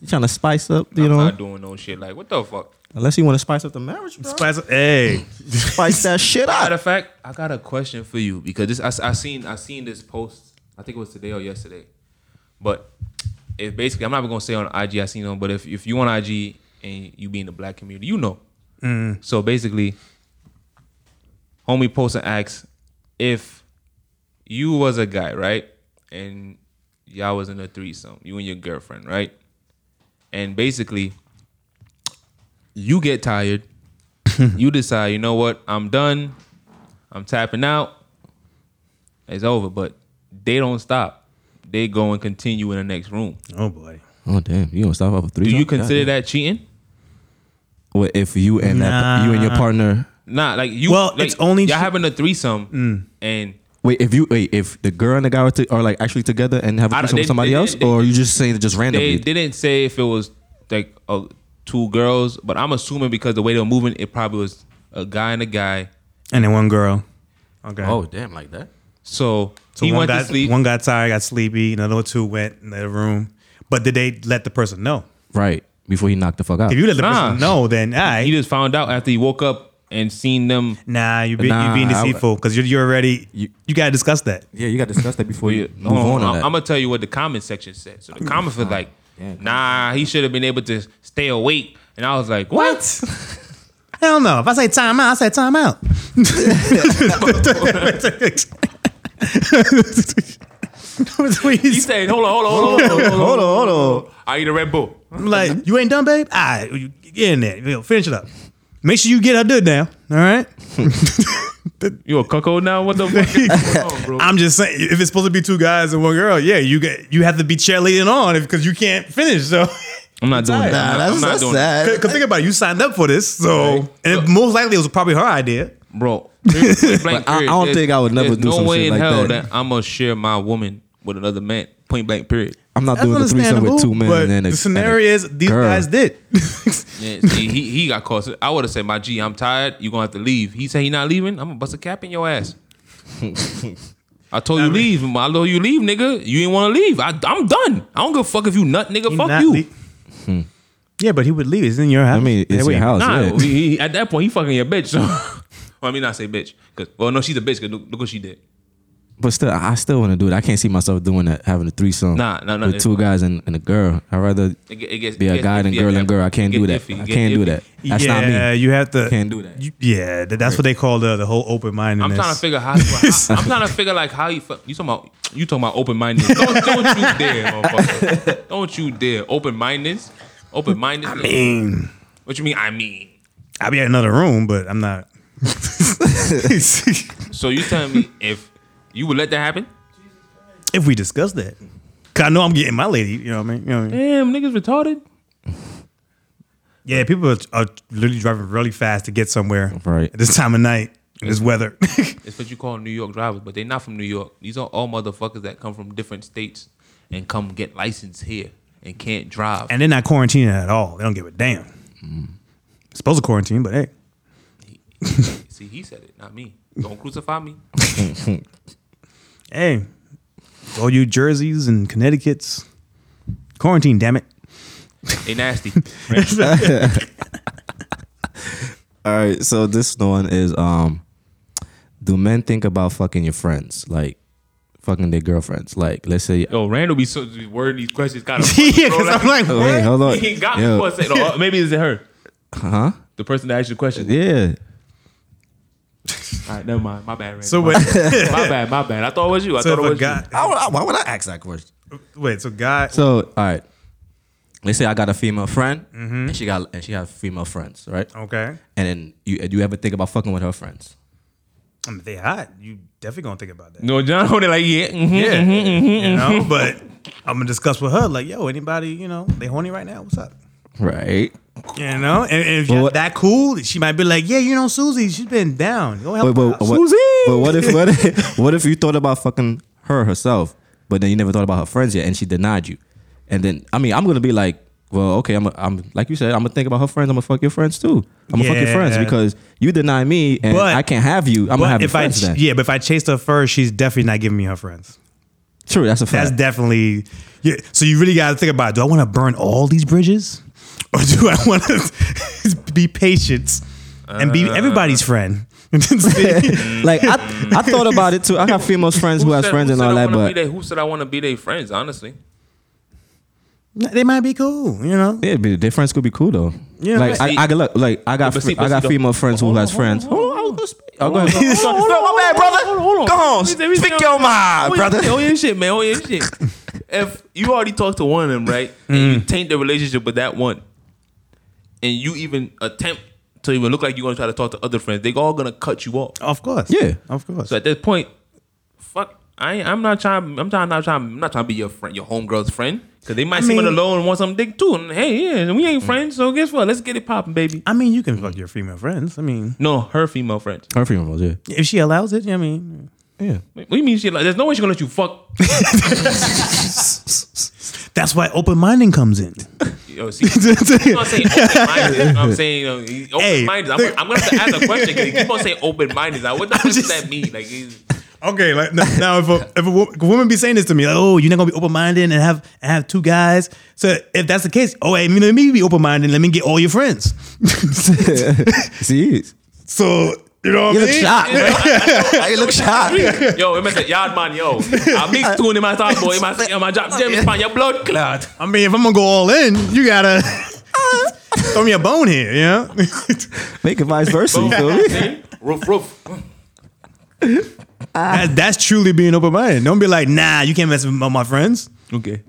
C: You trying to spice up, you
A: I'm
C: know?
A: not doing no shit like what the fuck.
C: Unless you want to spice up the marriage, bro.
B: Spice up- Hey,
C: Spice that shit
A: Matter
C: up.
A: of fact, I got a question for you because this I, I seen I seen this post. I think it was today or yesterday, but it basically I'm not even gonna say on IG I seen on, but if if you on IG and you be in the black community, you know. So basically, homie post and asks if you was a guy right and y'all was in a threesome, you and your girlfriend right, and basically you get tired, you decide you know what I'm done. I'm tapping out. It's over. But they don't stop. They go and continue in the next room.
B: oh boy,
C: Oh damn! You gonna stop off with three?
A: Do you consider that cheating?
C: Well, if you and that, you and your partner.
A: Nah, like you.
B: Well,
A: like,
B: it's only
A: y'all
B: che- Mm.
A: having a threesome, and
C: Wait, if you wait, if the girl and the guy are, to, are like actually together and have a
A: I-
C: threesome with
A: they-
C: somebody
A: they-
C: else,
A: they-
C: or you just saying it just randomly?
A: they didn't say if it was like uh, two girls, but I'm assuming because the way they were moving, it probably was a guy and a guy.
B: and then one girl. Okay.
C: Oh, damn, like that.
A: So,
B: so
A: he
B: one
A: went
B: got
A: to sleep.
B: one got tired, got sleepy. Another two went in the room. But did they let the person know?
C: Right before he knocked the fuck out.
B: If you let the
A: Nah.
B: person know, then I
A: he just found out after he woke up and seen them.
B: nah, you be, you
C: Nah,
B: being
C: I would-
B: deceitful because you're, you're already you,
C: You-
B: gotta discuss that.
C: yeah, you got to discuss that before you move
A: Hold on,
C: on. on
A: I'm,
C: that.
A: gonna Oh, tell you what the comment section said. So the comments was like,
C: damn.
A: "Nah, he should have been able to stay awake." And I was like, "What?"
B: Hell no! If I say time out, I say time out.
A: He said, "Hold on, hold on, hold on, hold on, hold on, hold on. I need a Red Bull."
B: I'm like, you ain't done, babe. All right, you get in there. You know, finish it up. Make sure you get her good now. All right.
A: You a cuckold now? What the fuck? is going on, bro?
B: I'm just saying, if it's supposed to be two guys and one girl, yeah, you get you have to be cheerleading on because you can't finish. So,
A: I'm not doing that.
C: Nah,
A: I'm not doing that,
B: because think about it, you signed up for this. So, and it, most likely it was probably her idea.
A: bro. Blank
C: But I- I don't
A: period.
C: think I would never
A: there's
C: do
A: no
C: some
A: way
C: shit
A: in
C: like
A: hell
C: that.
A: I'm gonna share my woman with another man. Point blank. Period.
C: I'm not
B: That's
C: doing the threesome
B: understandable.
C: with two men.
B: but
C: and then
B: the scenario is these
C: girl.
B: guys did.
A: Yeah, see, he he got caught. I would have said, "My G, I'm tired. You gonna have to leave." He said, "He not leaving. I'm gonna bust a cap in your ass." I told you leave. I told you leave, nigga. You ain't want to leave. I, I'm done. I don't give a fuck if you nut, nigga.
B: He
A: fuck
B: not
A: you.
B: le- Yeah, but he would leave. It's in your house.
C: I mean,
B: Yeah,
C: Hmm. it's
B: wait.
C: your house.
A: Nah,
C: Oh, yeah.
A: he, he- at that point, he fucking your bitch. So, well, I mean, I say bitch. Cause, well, no, she's a bitch. Cause look, look what she did.
C: But still, I I still want to do it. I can't see myself doing that, having a threesome.
A: Nah, nah, nah.
C: With two guys and, and a girl. I'd rather
A: It, get- it gets,
C: be
A: it
C: a
A: gets
C: guy and a
A: iffy
C: girl
A: at
C: and
A: that
C: girl. I
A: point.
C: can't
A: It
C: do that.
A: gets iffy.
C: I
A: It gets
C: can't do
A: iffy.
C: that. That's
B: yeah,
C: not me.
B: you have to.
C: Can't do that.
B: you- yeah, that- that's what they call the the whole open mindedness.
A: I'm trying to figure how. how I'm trying to figure like how you. fu- You talking about? You talking about open mindedness? Don't, don't you dare, motherfucker! Don't you dare. Open mindedness. Open mindedness.
B: mean,
A: what you mean? I mean.
B: I'll be in another room, but I'm not. if
A: So you telling me if you would let that happen?
B: we discuss that, 'Cause I know I'm getting my lady. You know what I mean? You know what I
A: Damn,
B: mean?
A: niggas retarded.
B: Yeah, people are, are literally driving really fast to get somewhere.
C: Right.
B: At this time of night, in
A: Mm.
B: this weather.
A: It's what you call New York drivers, but they're not from New York. These are all motherfuckers that come from different states and come get licensed here and can't drive.
B: and they're not quarantining at all. They don't give a damn.
C: Mm.
B: Supposed to quarantine, but hey.
A: See, he said it, not me. Don't crucify me.
B: Hey. All you Jerseys and Connecticuts. Quarantine, damn it.
A: They nasty.
C: All right, so this one is um do men think about fucking your friends? Like fucking their girlfriends? Like let's say
A: Yo, Randall be so be wording these questions kind of.
B: yeah, because I'm like,
C: Oh, wait, hold on.
A: he ain't got
C: Yo,
A: me for a second. Or maybe it's her.
C: huh?
A: The person that asked you the question.
C: Yeah.
A: All right, never mind. My bad, Randall.
B: so
A: my,
B: wait,
A: my bad, my bad. I thought it was you. I
B: so
A: thought it
B: if a
A: was
B: guy,
C: I would- I- why would I ask that question?
B: wait, so guy,
C: So all right. Let's say I got a female friend and she got and she got female friends, right?
B: okay.
C: And then you do you ever think about fucking with her friends?
B: I mean, they hot. You definitely gonna think about that.
A: you. No, John Holding like, yeah. mhm.
B: Yeah, you know. But I'm gonna discuss with her, like, yo, anybody, you know, they horny right now? What's up?
C: Right.
B: You know, and, and if
C: Well,
B: you're
C: what-
B: that cool, she might be like, yeah, you know, Susie, she's been down. Go help
C: But,
B: her
C: but,
B: out.
C: what, but what if what if what if you thought about fucking her herself, but then you never thought about her friends yet, and she denied you, and then I mean I'm gonna be like, well, okay, I'm a, I'm like you said, I'm gonna think about her friends, I'm gonna fuck your friends too, I'm gonna fuck your friends
B: Yeah.
C: because you deny me and
B: But-
C: I can't have you, I'm
B: But
C: gonna have your
B: if I,
C: friends
B: ch-
C: then.
B: yeah, but if I chased her first, she's definitely not giving me her friends.
C: True, that's a
B: That's
C: fact.
B: definitely. Yeah, so you really got to think about: Do I want to burn all these bridges, or do I want to be patient and be everybody's friend?
C: like I, I thought about it too. I got female friends who, have
A: said-
C: friends and
A: said
C: all
A: I
C: that,
A: wanna
C: but
A: be their- who said I want to be their friends? Honestly,
B: they might be cool, you know.
C: yeah, but their friends could be cool though.
B: Yeah,
C: like
A: but
C: I,
A: see-
C: I got look, like I got
A: but
C: fr-
A: see- but
C: I
A: see,
C: got
A: though-
C: female friends who has friends. I'll go ahead.
A: hold on, my bad, brother. Go on, speak your mind,
C: Ah, brother.
A: Oh yeah, shit, man. Oh yeah, shit. if you already talked to one of them, right, and you taint the relationship with that one, and you even attempt to even look like you're gonna try to talk to other friends, they all gonna cut you off.
B: Of course,
C: Yeah.
B: of course.
A: So at this point, fuck. I ain't, I'm not trying. I'm trying. Not trying. I'm not trying to be your friend, your homegirl's friend, because they might see
B: mean-
A: one alone and want some dick too. And hey, yeah, we ain't friends, so guess what? Let's get it popping, baby.
B: I mean, you can fuck your female friends. I mean,
A: No, her female friend.
C: Her female, yeah,
B: if she allows it, I mean,
C: yeah.
A: What do you mean she like? There's no way she gonna let you fuck
B: that's why open minding comes in.
A: Yo, see, I'm not saying open minded. I'm saying open minded. I'm,
B: look-
A: I'm gonna have to ask a question because you keep on saying open minded. Like, what the fuck does that mean? Like, it's-
B: Okay, like now, now if, a, if a wo- if a woman be saying this to me, like, oh, you're not gonna be open minded and have and have two guys. So if that's the case, oh, hey, let me be open minded. Let me get all your friends.
C: See,
B: so you know what
C: you
B: I
C: look
B: mean?
C: shocked. you look shocked.
A: yo, it must say yard man, yo. I mix two in my top boy. It must say, yo, my drop gems upon your blood clot.
B: I mean, if I'm gonna go all in, you gotta throw me a bone here. You know?
C: Make it vice versa. You feel me?
A: See? Roof, roof.
B: that, that's truly being open minded. Don't be like, nah, you can't mess with my, my friends.
A: Okay.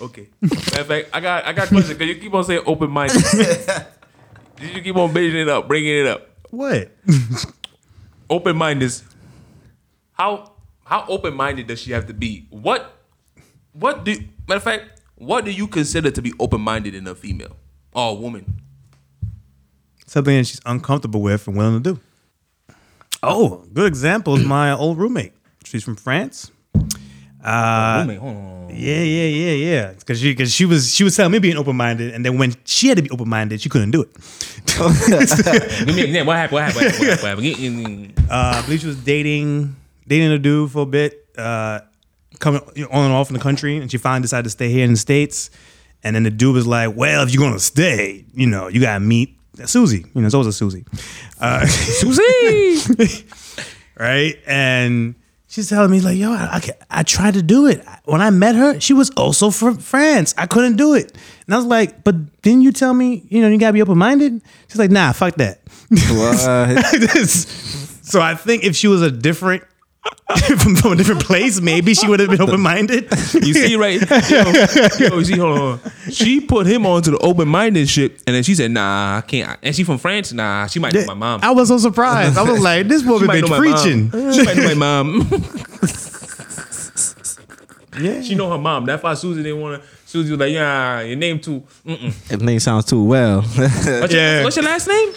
A: Okay. Matter of fact, I got I got questions because you keep on saying open minded. you keep on bringing it up, bringing it up.
B: what?
A: Open minded. How how open minded does she have to be? What what do matter of fact? What do you consider to be open minded in a female or a woman?
B: Something that she's uncomfortable with and willing to do. Oh, good example is my old roommate. She's from France. Uh, Yeah, yeah, yeah, yeah. Because she, because she was, she was telling me being open minded, and then when she had to be open minded, she couldn't do it.
A: Give me an example. What happened? What happened? What happened? What happened? Get in-
B: Uh, I believe she was dating, dating a dude for a bit, uh, coming you know, on and off in the country, and she finally decided to stay here in the states. And then the dude was like, "Well, if you're gonna stay, you know, you gotta meet Susie. You know, it's always a Susie, uh, Susie, right?" And she's telling me like, "Yo, I, I, ca- I tried to do it. When I met her, she was also from France. I couldn't do it." And I was like, "But didn't you tell me, you know, you gotta be open minded?" She's like, "Nah, fuck that."
C: What?
B: so I think if she was a different from, from a different place, maybe she would have been open minded.
A: You see, right? Yo, yo, you see, hold on. She put him onto the open minded shit, and then she said, "Nah, I can't." And she from France. Nah, she might know my mom.
B: I was so surprised. I was like, this woman
A: She might
B: been
A: know my
B: preaching.
A: mom. She might know my mom.
B: Yeah.
A: she know her mom. That's why Susan didn't want to.
H: Susie was like, yeah, your name too. Mm-mm.
C: If name sounds too well.
H: What's, your, what's your last name?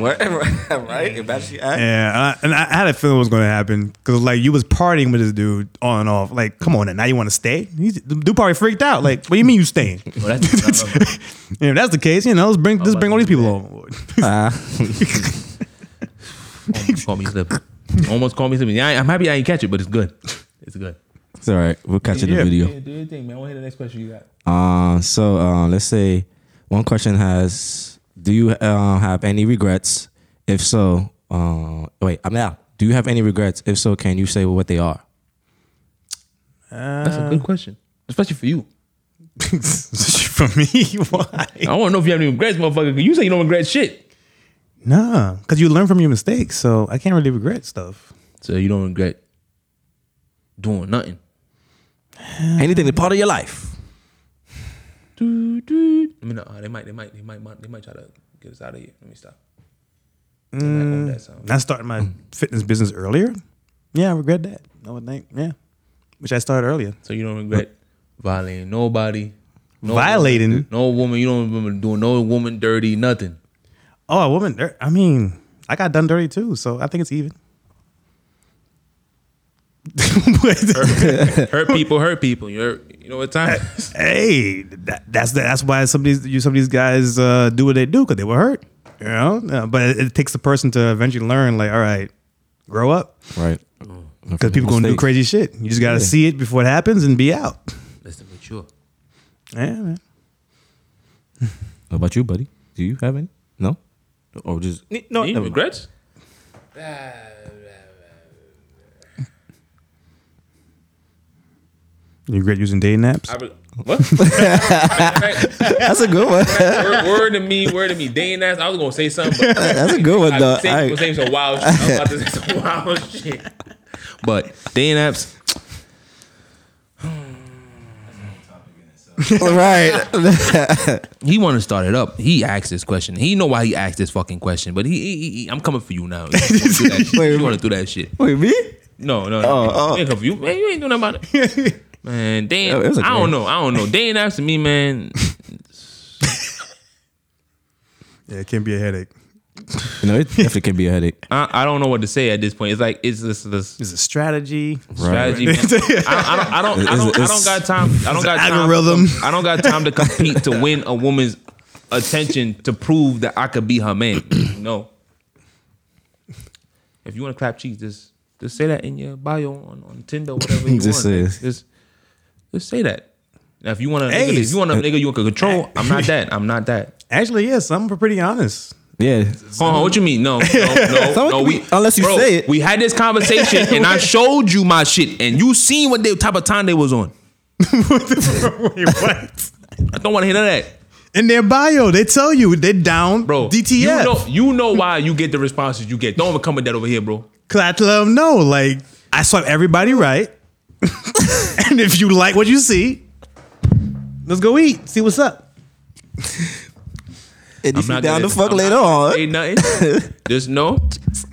C: right? If that's she act.
B: Yeah, and I, and I had a feeling it was going to happen because like you was partying with this dude on and off. Like, come on, now, now you want to stay? He's, the dude probably freaked out. Like, what do you mean you staying?
A: Oh,
B: if that's the case, you know, let's bring let's bring all these people on board.
C: Ah,
A: Almost caught me slipping. Almost caught me slipping. Yeah, I- I'm happy I didn't catch it, but it's good. It's good.
C: It's all right. We'll catch you in
B: Yeah.
C: the video.
H: do your thing, man. I want to hear the next question you got.
C: Uh, so uh, let's say one question has: Do you uh, have any regrets? If so, uh, wait, I'm out. Do you have any regrets? If so, can you say what they are?
B: Uh,
A: That's a good question, especially for you.
B: For me, why?
A: I want to know if you have any regrets, motherfucker. 'cause You say you don't regret shit,
B: Nah, because you learn from your mistakes, so I can't really regret stuff.
A: so you don't regret doing nothing.
C: Anything that's part of your life?
A: Doo, doo. I mean, no, uh, they might, they might, they might, they might try to get us out of here. Let me stop. They might own that sound.
B: Not starting my fitness business earlier. Yeah, I regret that. I would think. Yeah, which I started earlier.
A: So you don't regret violating nobody, no
B: Violating?
A: woman, no woman. You don't remember doing no woman dirty, nothing.
B: Oh, a woman. dir- I mean, I got done dirty too, so I think it's even. But-
A: Hurt people, hurt people. You hurt, you know what time?
B: hey, that, that's that's why some of these you some of these guys uh, do what they do because they were hurt, you know. Uh, but it, it takes the person to eventually learn, like, all right, grow up,
C: Right.
B: because people gonna do crazy shit. You just gotta see it before it happens and be out.
A: Listen, mature.
B: Yeah, man.
C: What about you, buddy? Do you have any? No. Or just
H: No,
A: Any
C: never mind.
A: regrets?
B: You regret using dating apps?
H: I re- what?
C: that's a good one.
H: word, word to me, word to me. Day and ass. I was gonna say something, but
C: that's a good one,
H: I
C: though.
H: was saying,
C: All
H: I was
C: right.
H: saying some wild shit. I was about to say some wild shit.
A: But dating apps, he wanted to start it up. He asked this question. He know why he asked this fucking question. But he, he, he- he- I'm coming for you now. You
C: Wait,
A: want to do that shit?
C: Wait, me?
A: No, no, no.
C: Oh, oh.
A: Ain't coming for you, man. You ain't doing nothing about it. Man,
C: Yo,
A: damn.
C: it was a
A: I
C: great-
A: don't know. I don't know. Dating apps to me, man.
B: Yeah, it can be a headache.
C: You know, it definitely can be a headache.
A: I, I don't know what to say at this point. It's like it's this this
B: It's a strategy.
A: strategy. man. I, I don't. I don't. I don't, I don't
C: It's-
A: got time. I don't got
B: an
A: time.
B: algorithm.
A: I don't got time to compete to win a woman's attention to prove that I could be her man. No. If you want to clap cheeks, just just say that in your bio on, on Tinder, whatever you
C: Just
A: want.
C: say it.
A: Just just say that. Now, if you want to,
B: Hey.
A: if you want a nigga, you can control. I'm not that. I'm not that.
B: Actually, yes, I'm pretty honest.
C: Yeah.
A: Hold on, Uh-huh, what you mean? No, no, no,
C: Someone
A: no.
C: can
A: We,
C: be- unless you
A: bro,
C: say it.
A: We had this conversation, and I showed you my shit, and you seen what they, type of time they was on.
B: Wait, what?
A: I don't want to hear none of that.
B: In their bio, they tell you they down
A: bro.
B: DTF.
A: You know, you know why you get the responses you get. Don't ever come with that over here, bro.
B: Cause I have to let them know, like, I swipe everybody right. and if you like what you see, let's go eat. See what's up.
C: And if
A: I'm
C: you
A: not
C: down
A: gonna-
C: the fuck
A: I'm
C: later
A: not
C: on,
A: gonna Say nothing. Just know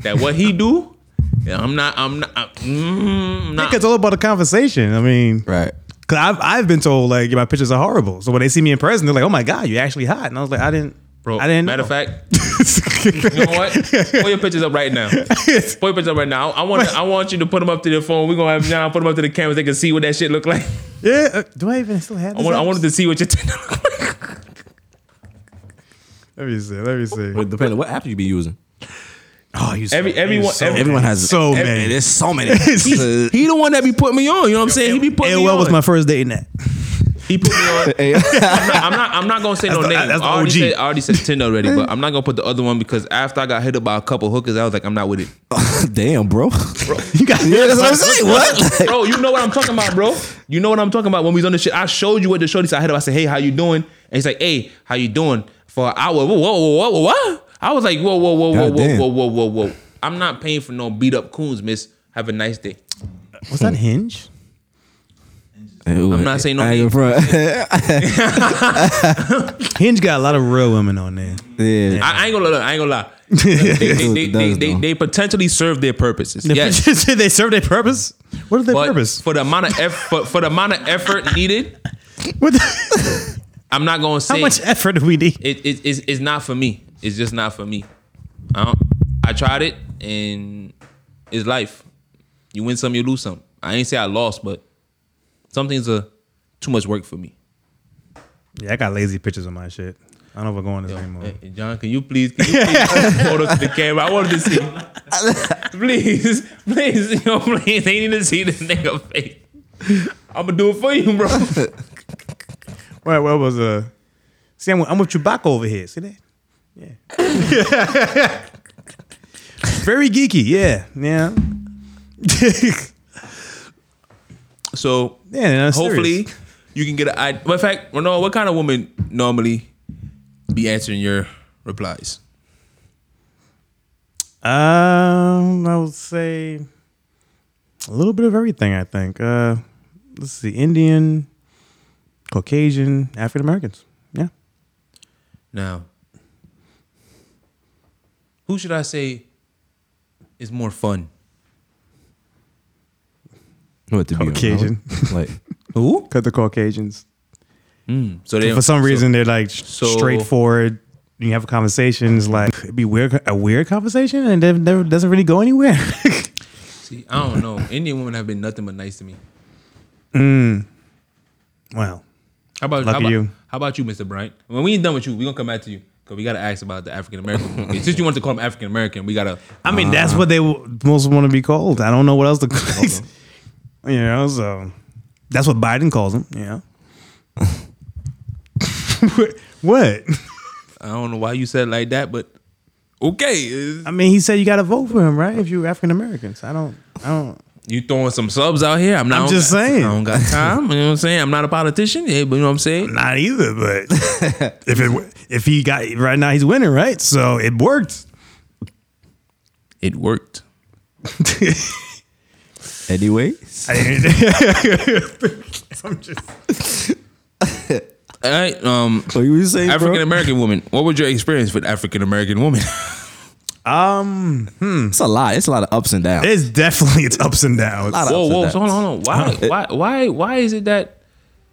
A: that what he do. yeah, I'm not. I'm not. I'm, mm, I'm not.
B: It's all about the conversation. I mean,
C: Right.
B: cause I've, I've been told like my pictures are horrible. So when they see me in person, they're like, "Oh my god, you're actually hot." And I was like, "I didn't,
A: Bro,
B: I didn't."
A: matter of
B: know.
A: fact, you know what? Pull your pictures up right now. Pull your pictures up right now. I, I want. I want you to put them up to the phone. We're gonna have John put them up to the cameras. They can see what that shit look like.
B: yeah. uh, do I even still have?
A: I
B: This
A: want. I
B: up?
A: wanted to see what your Tinder look like.
B: Let me see. Let me see.
C: But depending on what app you be using.
B: oh, you so-
A: Every-
B: you
A: everyone-
B: so,
A: every-
C: Everyone has
B: so
C: every-
B: many.
C: There's so many.
A: He the one that be putting me on. You know what I'm saying? He be putting me on.
B: AOL was my first date in that.
A: He put me on. I'm not, I'm not. I'm not gonna say no
B: the-
A: name.
B: that's the
A: I, already
B: OG.
A: said, I already said Tinder already, but I'm not gonna put the other one because after I got hit up by a couple hookers, I was like, I'm not with it,
C: Damn, bro.
B: You got
C: Yeah, that's what I'm saying. What?
A: bro. You know what I'm talking about, bro. You know what I'm talking about. When we was on the shit, I showed you what the shorty said. I hit up. I said, Hey, how you doing? And he's like, Hey, how you doing? For an hour. Whoa, whoa, whoa, whoa, what? I was like, Whoa, whoa, whoa, whoa, whoa,
C: Goddamn.
A: whoa, whoa, whoa, whoa. I'm not paying for no beat up coons, miss. Have a nice day.
B: was that Hinge?
C: I'm
A: not saying no
C: I ain't
A: name.
C: front.
B: Hinge got a lot of real women on there.
C: yeah.
A: I, I ain't gonna lie. I ain't gonna lie. They, they, they, they, they, they potentially serve their purposes. Yes.
B: they serve their purpose. What is their
A: But
B: purpose?
A: for the amount of effort, for, for the amount of effort needed,
B: What the,
A: I'm not gonna
B: how
A: say
B: much effort do we need?
A: it, it, it's, it's not for me. It's just not for me. I, don't, I tried it and it's life. You win some, you lose some. I ain't say I lost, but some things are too much work for me.
B: Yeah, I got lazy pictures of my shit. I don't know if we're going this anymore.
A: Hey, Eh, John, can you please, can you please hold up to the camera? I wanted to see. please, please, you know, please. They need to see this nigga face. I'm gonna do it for you, bro.
B: Where, where was uh? See, I'm with, I'm with Chewbacca over here. See that? Yeah. Very geeky. Yeah. Yeah.
A: So
B: yeah. no, I'm serious.
A: hopefully you can get an idea. In fact, Renaud, what kind of woman normally be answering your replies?
B: Um, I would say a little bit of everything. I think. Uh, let's see, Indian, Caucasian, African Americans. Yeah.
A: Now, who should I say is more fun?
C: What to be
B: Caucasian.
C: Like
A: Who?
B: Cause the Caucasians,
A: Hmm, So they
B: for some reason, they're like
A: so-
B: straightforward. You have conversations like it'd be weird, a weird conversation, and it never doesn't really go anywhere.
A: See, I don't know. Indian women have been nothing but nice to me.
B: well,
A: How about,
B: Lucky
A: how about
B: you.
A: How about you, Mr. Bryant? When we ain't done with you, we gonna come back to you because we gotta ask about the African American. woman. Since you want to call them African American, we gotta.
B: I mean that's what they w- most want to be called. I don't know what else to call them. You know, so that's what Biden calls them. Yeah. what?
A: I don't know why you said it like that, but okay,
B: I mean, he said you got to vote for him, right? If you're African Americans, I don't. I don't.
A: you throwing some subs out here. I'm not.
B: I'm
A: I don't
B: just
A: got-
B: saying.
A: I don't got time. You know what I'm saying? I'm not a politician. Yeah, but you know what I'm saying.
B: Not either, but if it w- if he got right now, he's winning, right? So it worked.
A: It worked.
C: anyway,
A: All right. Um,
C: so you were saying
A: African American woman. What was your experience with African American woman?
B: Um,
C: It's a lot. It's a lot of ups and downs.
B: it's definitely it's ups and downs.
C: lot of-
A: whoa,
C: Ups and
A: whoa.
C: downs.
A: So hold on, hold on. Why, why, why, why is it that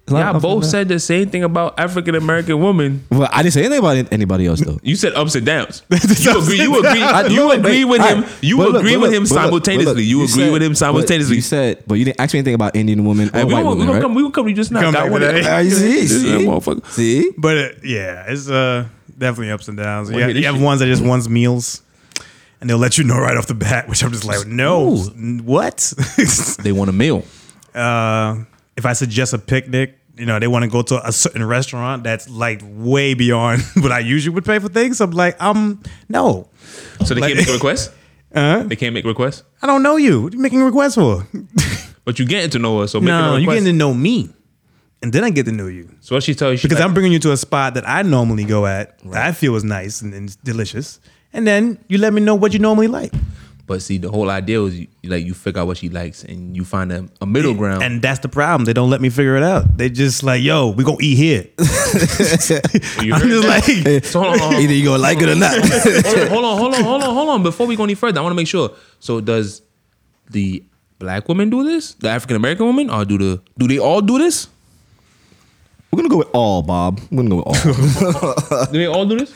C: A lot of
A: y'all
C: ups and
A: both
C: downs.
A: said the same thing about African American women?
C: Well, I didn't say anything about anybody else though.
A: You said ups and downs. You agree. You agree.
C: I-
A: you
C: no, wait,
A: agree
C: wait,
A: with him.
C: all right.
A: You
C: But look,
A: agree
C: but
A: with
C: look,
A: him
C: but look, but look,
A: simultaneously. You agree
C: said-
A: with him
C: but
A: simultaneously.
C: You said, but you didn't ask me anything about Indian woman or
A: Hey, we gonna-
C: white
A: we
C: woman,
A: gonna
C: right?
A: come. We gonna come. You just now.
B: Come back
A: Got
B: to
A: one.
B: that.
C: Ah, you see,
A: Yeah,
C: see?
A: motherfucker.
C: See,
B: But uh, yeah, it's uh definitely ups and downs.
A: Well,
B: yeah,
A: here,
B: you
A: this
B: have
A: shit-
B: ones that just wants meals, and they'll let you know right off the bat, which I'm just like, no,
A: Ooh.
B: n- what?
A: They want a meal.
B: uh, if I suggest a picnic, you know, they want to go to a certain restaurant that's like way beyond what I usually would pay for things. I'm like, um, no,
A: So they
B: Like-
A: can't make requests.
B: uh,
A: They can't make requests.
B: I don't know you. What are you making requests for?
A: But you getting to know her, so making
B: no,
A: a
B: you
A: request.
B: getting to know me, and then I get to know you.
A: so what she tells you she's
B: because
A: like,
B: I'm bringing you to a spot that I normally go at that I feel is nice and, and delicious, and then you let me know what you normally like,
A: But see, the whole idea is you, like you figure out what she likes and you find a, a middle ground.
B: and that's the problem. They don't let me figure it out. They just like, yo, we gonna eat here.
A: You
B: I'm
A: heard
B: just
A: that?
B: like,
A: So hold on, hold on.
C: either you gonna like it or not.
A: hold on, hold on, hold on, hold on. Before we go any further, I want to make sure. So does the black woman do this? The African American woman, or do the do they all do this?
C: We're gonna go with all, Bob. We're gonna go with all. Can't
A: Do they all do this?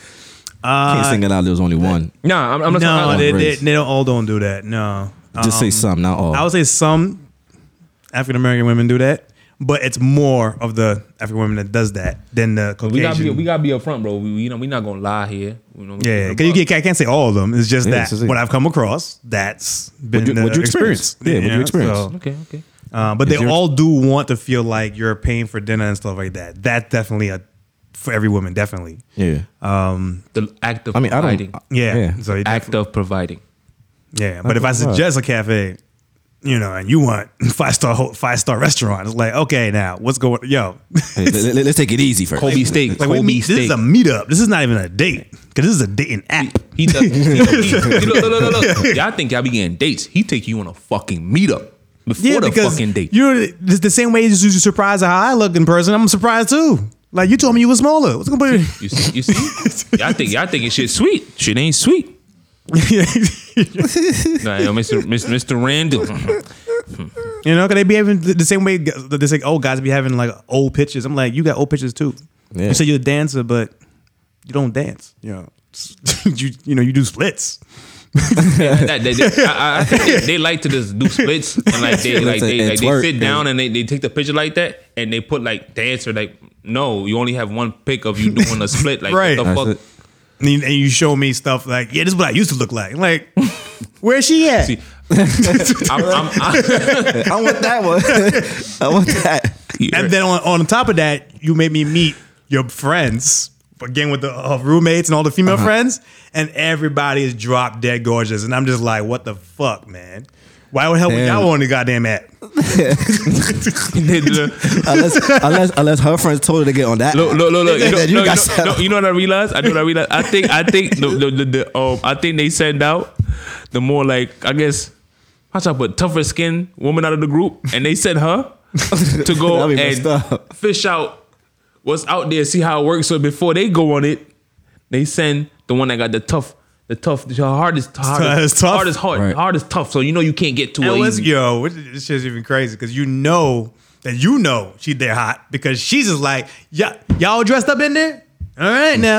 A: Uh,
C: sing it out. There's only one.
A: Nah, I'm, I'm not.
B: no,
A: I-
B: they, they,
C: race.
B: they don't all don't do that. No, Um,
C: Just
A: um,
C: say some, not all.
B: I would say some African American women do that, but it's more of the African women that does that than the Caucasian.
A: we gotta be we gotta be upfront, bro. We, you know we not gonna lie here. You know,
B: yeah, because you get, I can't say all of them. It's just
C: Yeah,
B: that
C: it's just it.
B: what I've come across, that's been
C: you-
B: the
C: what you experienced. Yeah, what you experienced.
B: so-
A: okay, okay.
B: Uh, but
C: Is
B: they
C: your-
B: all do want to feel like you're paying for dinner and stuff like that. That's definitely a for every woman, definitely.
C: yeah.
A: The act of
C: I mean, I
A: providing,
C: don't.
B: Yeah.
C: Yeah.
B: So you
A: act of providing.
B: def- yeah. But if I
C: That's what-
B: suggest a cafe, you know, and you want five star five star restaurant, it's like okay, now what's going? Yo,
C: Hey, let, let, us take it easy first.
A: Kobe steak,
B: like we
A: Kobe
B: meet, this
A: steak.
B: is a meetup. This is not even a date because this is a dating app.
A: He does. He, he, he- look, look, look, look. Y'all think y'all be getting dates? He take you on a fucking meetup before the fucking date.
B: You're it's the same way as you surprise how I look in person. I'm surprised too. Like you told me you were smaller. What's gonna be?
A: You see, you see, y'all think y'all thinking shit sweet. Shit ain't sweet. nah, yo, Mr. Mr. Mr. Randall.
B: You know, cause they be having the the same way. g- They say, "Oh, guys be having like old pictures." I'm like, "You got old pictures too."
C: Yeah.
B: You say you're a dancer, but you don't dance. You know, you you know you do splits.
A: that, they, they, I, I- I think they, they like to just do splits and like they like
C: And
A: they, like they
C: twerk,
A: sit
C: yeah.
A: down and they, they take the picture like that and they put like dancer like no you only have one pic of you doing a split like
B: Right.
A: what the
C: That's
A: fuck
C: it.
B: And you, and you show me stuff like, "Yeah, this is what I used to look like." I'm like, where's she at?
A: See, I'm, I'm, i
C: I want that one. I want that.
B: and then on, on top of that, you made me meet your friends again with the uh, roommates and all the female friends, and everybody is drop dead gorgeous, and I'm just like, "What the fuck, man." Why would help with
C: Damn.
B: y'all on the goddamn app?
C: Unless, unless, unless her friends told her to get on that.
A: look look look, look. You, know,
C: You
A: no, you,
C: got
A: know,
C: some.
A: no, you know what I realized? I know what I realized. I think I think the, the, the, the um I think they send out the more like I guess how should I put tougher skin woman out of the group and they sent her to go
C: That'd be messed
A: and
C: up.
A: fish out what's out there, see how it works. So before they go on it, they send the one that got the tough. The tough, the hardest, hardest,
B: tough.
A: hardest, hard,
C: Right.
A: hardest, tough. So you know you can't get to
B: And
A: it.
B: let's
A: easy.
B: yo, what- this shit's even crazy because you know that you know she there hot because she's just like, yeah, y'all dressed up in there. All right now,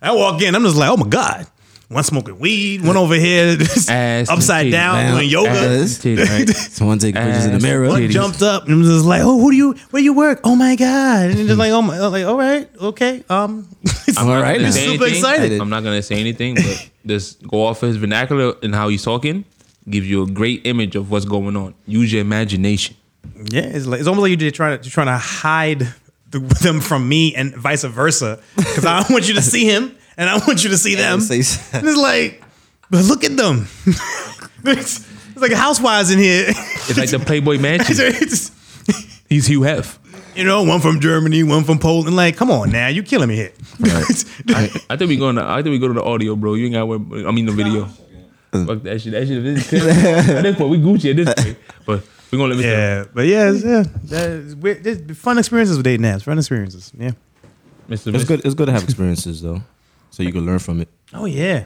B: I walk in, I'm just like, oh my god, one smoking weed, one over here
A: Ass and
B: upside
A: titties.
B: down doing yoga.
C: Ass and titties, right? Someone take pictures in the
A: Ass
C: mirror.
A: and
B: One
A: titties.
B: jumped up and was just like, "Oh, who do you? Where you work? Oh my god!" And just like, "Oh my, I'm like, all right, okay, um,
A: I'm
C: All
A: not
C: right
A: gonna
C: now.
A: say
B: Super
A: anything.
B: excited.
A: I'm not gonna say anything, but just go off his vernacular and how he's talking gives you a great image of what's going on. Use your imagination.
B: yeah." It's like it's almost like you're trying to you're trying to hide the, them from me and vice versa because I don't want you to see him and I want you to see them.
C: Say something.
B: And it's like, but look at them. it's, it's like housewives in here.
A: It's like the Playboy Mansion.
B: It's-
A: He's Hugh Hef.
B: you know, one from Germany, one from Poland. Like, come on now, you killing me here.
A: I think we going to I think we go to the audio, bro. You ain't got worry. I mean the video.
B: Mm.
A: Fuck that shit. That shit. This is at this point, we Gucci at this point. But we gonna let me
B: yeah, but yeah, it's- yeah. That is weird. There's fun experiences with dating apps. Fun experiences. Yeah.
A: Mr.
C: It's
A: Mr.
C: good. It's good to have experiences though, so you can learn from it.
B: Oh yeah.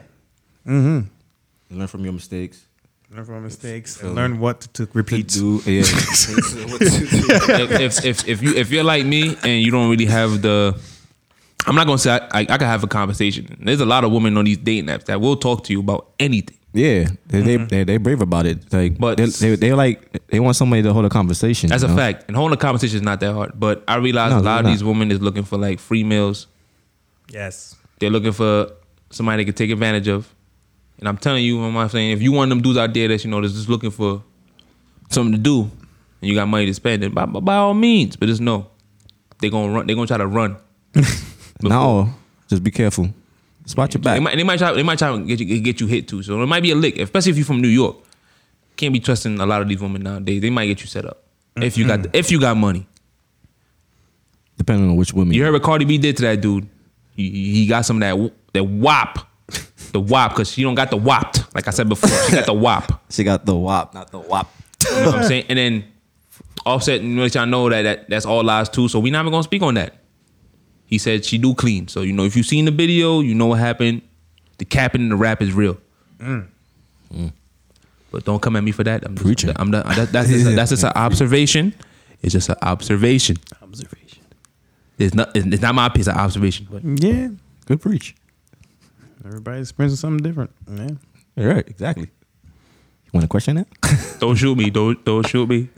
C: Learn from your mistakes.
B: Learn from our mistakes and learn what to repeat.
C: Do yeah.
A: if, if if if you if you're like me and you don't really have the I'm not gonna say I, I, I can have a conversation. There's a lot of women on these dating apps that will talk to you about anything.
C: yeah, they, they they they brave about it. Like,
A: But-
C: but they, they they like they want somebody to hold a conversation.
A: That's
C: you
A: a
C: know?
A: fact. And holding a conversation is not that hard. But I realize a
C: No,
A: lot of
C: they're
A: these
C: not.
A: women is looking for like free meals.
B: Yes.
A: They're looking for somebody they can take advantage of. And I'm telling you, I'm not saying if you one of them dudes out there that you know that's just looking for something to do, and you got money to spend, then by, by, by all means, but just know they're gonna run. They're gonna try to run.
C: No, just be careful. Spot your
A: They
C: back.
A: might, they might try. They might try to get you get you hit too. So it might be a lick, especially if you're from New York. Can't be trusting a lot of these women nowadays. They might get you set up if you got the, if you got money.
C: Depending on which woman.
A: You heard what Cardi B did to that dude. He, he got some of that that wop, the wop, because she don't got the wopped. Like I said before, she got the wop.
C: she got the wop, not the wop.
A: You know what I'm saying? And then Offset and let y'all know that, that that's all lies too. So we not even gonna speak on that. He said she do clean. So you know if you seen the video, you know what happened. The capping and the rap is real. But don't come at me for that. I'm
C: Preacher.
A: Just, I'm not, that, that's just, that's just an observation. It's just an observation.
B: Observation.
A: It's not it's not my piece of observation. But
B: Yeah.
C: Good preach.
B: Everybody's experiencing something different. Yeah.
C: All right, exactly. You want to question that?
A: Don't shoot me. Don't don't shoot me.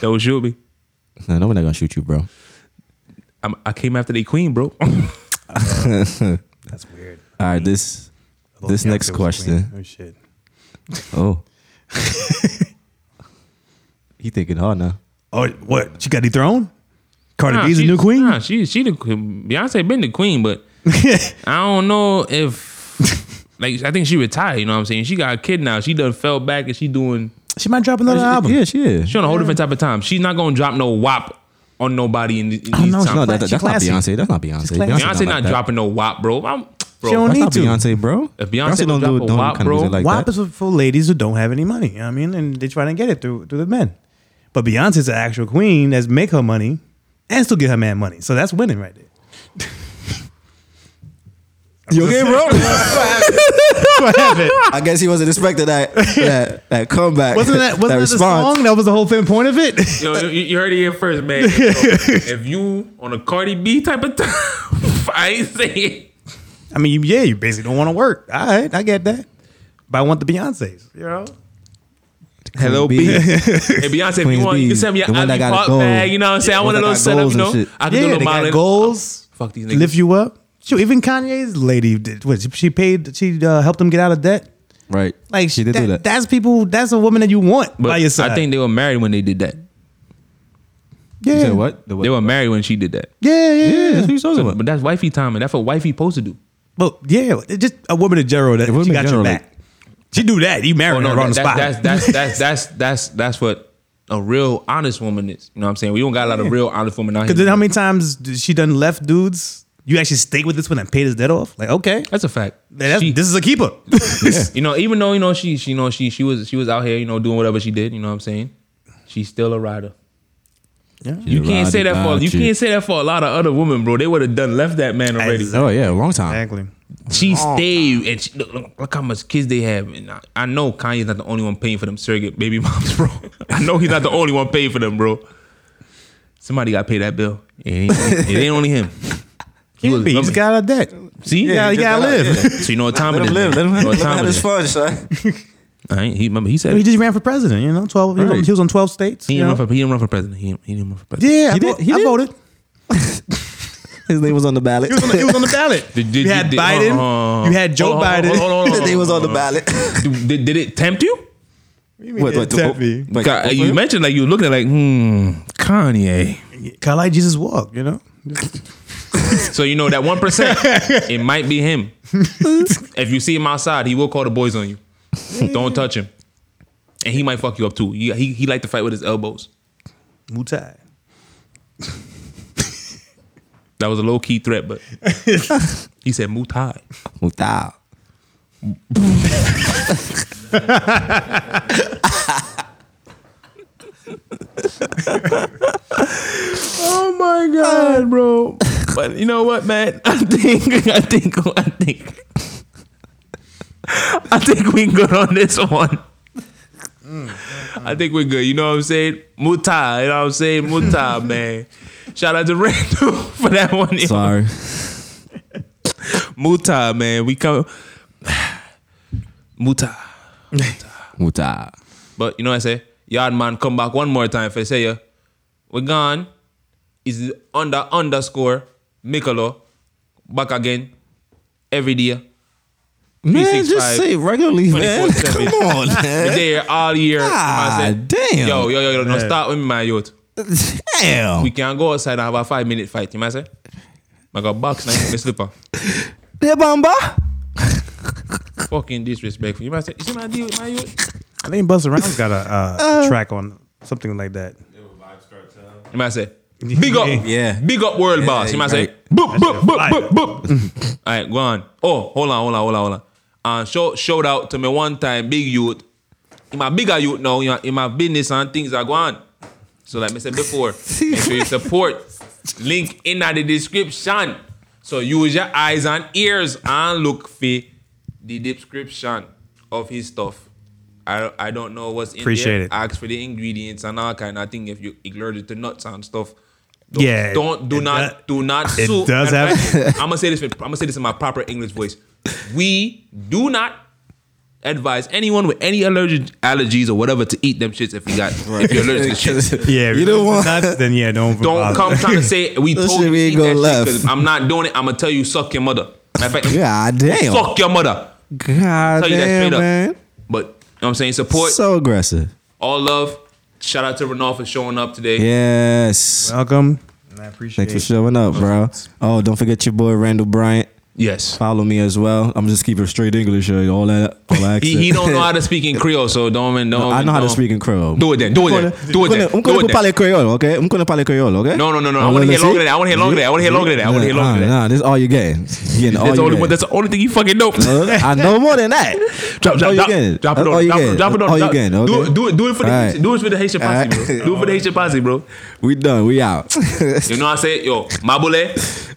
A: don't shoot me.
C: no, no, we're not gonna shoot you, bro.
A: I'm, I came after they queen, bro.
B: That's weird.
C: All right, this this next question.
B: Oh shit.
C: Oh, he thinking hard now.
B: Oh what? She got dethroned? Cardi
A: Nah,
B: B's the
A: she-
B: new queen?
A: Nah, she she the queen. Beyonce been the queen, but I don't know if like I think she retired. You know what I'm saying? She got a kid now. She done fell back and she doing
B: She might drop another album.
C: Yeah, she is.
A: she on a whole different type of time. She's not gonna drop no wop on nobody in, the, in
B: don't
A: these
B: know,
A: times.
B: She's
C: No, that,
B: classy.
C: that's not
B: She's classy.
C: Beyonce. That's not Beyonce.
B: classy.
A: Beyonce not
C: like that.
A: dropping no wop, bro. I'm, bro.
B: She don't
C: That's
B: need
C: not
B: to.
C: Beyonce, bro.
A: If Beyonce don't drop a WAP,
C: kind of
A: bro,
C: music like
B: WAP
C: that.
B: is for- for ladies who don't have any money. You know what I mean? And they try to get it through through the men. But Beyonce's an actual queen that's make her money and still get her man money. So that's winning right there.
C: You okay, bro?
B: What happened?
C: I guess he wasn't expecting that that, that comeback.
B: Wasn't that wasn't that, the
C: response.
B: song? That was the whole thing point of it.
H: Yo, you, you heard it here first, man. Yo, if you on a Cardi B type of time, I ain't saying.
B: I mean, you- yeah, you basically don't want to work. All right, I get that, but I want the Beyonce's. You know,
H: Hello,
C: B.
H: B. Hey, Beyonce, if
C: Queen's
H: you want, you
C: B,
H: can send me
C: the
H: an
C: one that
H: Ivy
C: got
H: Park
C: gold.
H: bag. You know what I'm saying? I
C: The
H: want a
C: one
H: little
C: that got
H: setup, you
C: goals
H: know?
C: and shit.
H: I can do a
B: yeah,
H: little
B: they got
H: modeling.
B: goals.
H: Fuck these niggas.
B: lift you up. Shoot, even Kanye's lady did. What, she paid. She uh, helped him get out of debt.
C: Right.
B: Like
C: she did
B: that,
C: do that.
B: That's people. That's a woman that you want
A: But
B: by your side.
A: I think they were married when they did that.
B: Yeah.
C: You said what? The what?
A: They were married when she did that.
B: Yeah, yeah, yeah.
A: what you're talking about. But that's wifey time, and that's what wifey supposed to do.
B: But yeah, it just a woman in general that
C: women
B: she
C: in
B: got
C: general,
B: your back. She do that. You married
A: Oh, no,
B: her on the
A: that-
B: spot.
A: That's, that's, that's, that's, that's, that's what a real honest woman is. You know what I'm saying? We don't got a lot of real honest women out
B: Because then
A: here.
B: how many times did she done left dudes? You actually stayed with this one and paid his debt off. Like okay,
A: That's a fact.
B: that's,
A: She-
B: this is a keeper.
A: You know, even though you know she, she you know she she was she was out here you know doing whatever she did. You know what I'm saying? She's still a rider. You
C: a
A: can't say
C: rider,
A: that for you
C: gotcha.
A: can't say that for a lot of other women, bro. They would have done left that man already.
C: Oh yeah, a long time.
B: Exactly.
A: She
C: Oh.
A: stayed and she, look, look, look how much kids they have. And I, I know Kanye's not the only one paying for them surrogate baby moms, bro. I know he's not the only one paying for them, bro. Somebody got to pay that bill. It ain't, it ain't only him. He was-
B: He just got out of debt.
A: See,
B: Yeah,
A: yeah,
B: you gotta
C: got out,
B: live.
A: So you know what time
C: Let
A: it is.
C: him live.
A: man.
C: Let him
A: You know what
C: let him
A: time it
C: have his
A: is.
C: fun, son.
A: I ain't, he remember he said
B: He just ran for president. You know, twelve. you know,
C: Right.
B: he was on twelve states.
A: he
B: you
A: didn't, run
B: know?
A: for, he didn't run for president. He didn't, he didn't run for president.
B: yeah, I,
C: did-
B: vo-
C: he
B: I
C: did?
B: voted.
C: His name was on the ballot.
B: He was on the, he was on the ballot.
A: Did- did-
B: you had
A: did- hold on,
B: Biden.
A: hold on, hold on.
B: you had Joe
A: Hold on, hold
B: Biden.
A: on, hold on, hold
C: His
A: on,
C: name was
A: hold
C: on the ballot.
A: Did, did it tempt you?
C: What? What?
B: tempt me.
C: to- Wait,
A: God, you mentioned like you were looking at like hmm Kanye.
B: Kind of like Jesus walk. You know.
A: So you know that one percent, it might be him. if you see him outside, he will call the boys on you. Don't touch him, and he might fuck you up too. He he, he like to fight with his elbows.
B: Mutai.
A: That was a low key threat, but he said Mutai.
C: Without.
A: Oh my god, bro! But you know what, man? I think I think I think I think we good on this one. I think we're good. You know what I'm saying? Mutai. You know what I'm saying? Mutai, man. Shout out to Randall for that one. yo.
C: Sorry.
A: Muta, man. We come Muta.
C: Without.
A: But you know what I say? Yard man, come back one more time for say yeah. We're gone. Is under underscore Mikolo. Back again. Every day.
C: Man,
A: 365.
C: just say it regularly,
A: 24/7.
C: man. Eh, Come on,
A: We're
C: man.
A: there all year. I
C: God damn.
A: Yo, yo, yo, yo, no, start with me, my youth.
C: Damn.
A: We can go outside and have a five minute fight, you might say? I got box now, my slipper.
C: Hey, Bamba.
A: Fucking disrespectful. You might say, you see my deal with my youth?
B: I think Busta Rhymes got a uh, track on something like that.
A: You might say, big up.
C: Yeah.
A: Big up world boss. You
C: you
A: might say,
C: right.
A: boop, boop, boop,
B: fly.
A: boop, boop. All right, go on. Oh, hold on, hold on, hold on, hold on. Uh, show, shout out to me one time, big youth. In my bigger youth now, you know, in my business and things are going. So like I said before, make sure you support. Link in the description. So use your eyes and ears and look for the description of his stuff. I, I don't know what's in
B: Appreciate
A: there.
B: it.
A: Ask for the ingredients and all kind of thing if you allergic to nuts and stuff.
B: Yeah,
A: Don't do
B: it
A: not do not.
B: it
A: sue.
B: does
A: Matter of
B: have-
A: fact, I'm gonna say this. I'm gonna say this in my proper English voice. We do not advise anyone with any allergic allergies or whatever to eat them shits if you got if you're allergic to shit.
B: Yeah, if
C: You don't want-
B: nuts, then yeah, don't
A: Don't
B: bother.
A: come trying to say we
C: This
A: told
C: shit
A: you
C: we
A: to
C: ain't
A: eat
C: go
A: that
C: left.
A: shit 'cause I'm not doing it. I'm gonna tell you suck your mother. Matter of fact,
C: God damn.
A: suck your mother.
C: God
A: Tell you that
C: damn,
A: straight up.
C: man.
A: But you know what I'm saying support
C: So aggressive.
A: all love. Shout out to Renault for showing up today.
C: Yes.
B: Welcome. And I appreciate
C: Thanks for showing up, bro. Oh, don't forget your boy Randall Bryant.
A: Yes.
C: Follow me as well. I'm just keeping straight English, uh, all that, all that.
A: He, he don't know how to speak in Creole, so don't don't.
C: I know how to
A: don't-
C: speak in Creole.
A: Do it then. Do it then. Do it then.
C: I'm
A: Do
C: gonna
A: it then.
C: parler Creole, okay? I'm gonna parler Creole, okay?
A: No, no, no, no. I want to hear longer than that. I want to hear longer than that. I want to hear longer than that. I want to hear longer than that.
C: Nah, Oh, this all you getting. You getting
A: That's the
C: all you
A: only one.
C: getting.
A: That's the only thing you fucking know.
C: I know more than that.
A: Drop,
C: That's all
A: drop,
C: you
A: drop,
C: getting.
A: drop it
C: That's all
A: on,
C: you
A: drop,
C: getting.
A: drop it on.
C: That's all you
A: drop-
C: getting,
A: Do
C: okay?
A: it, do it, do it for the,
C: Alright.
A: do it for the Haitian posse, bro.
C: Alright.
A: Do it for the Haitian posse, bro.
C: We done. We out.
A: You know what I say, yo, Mabule.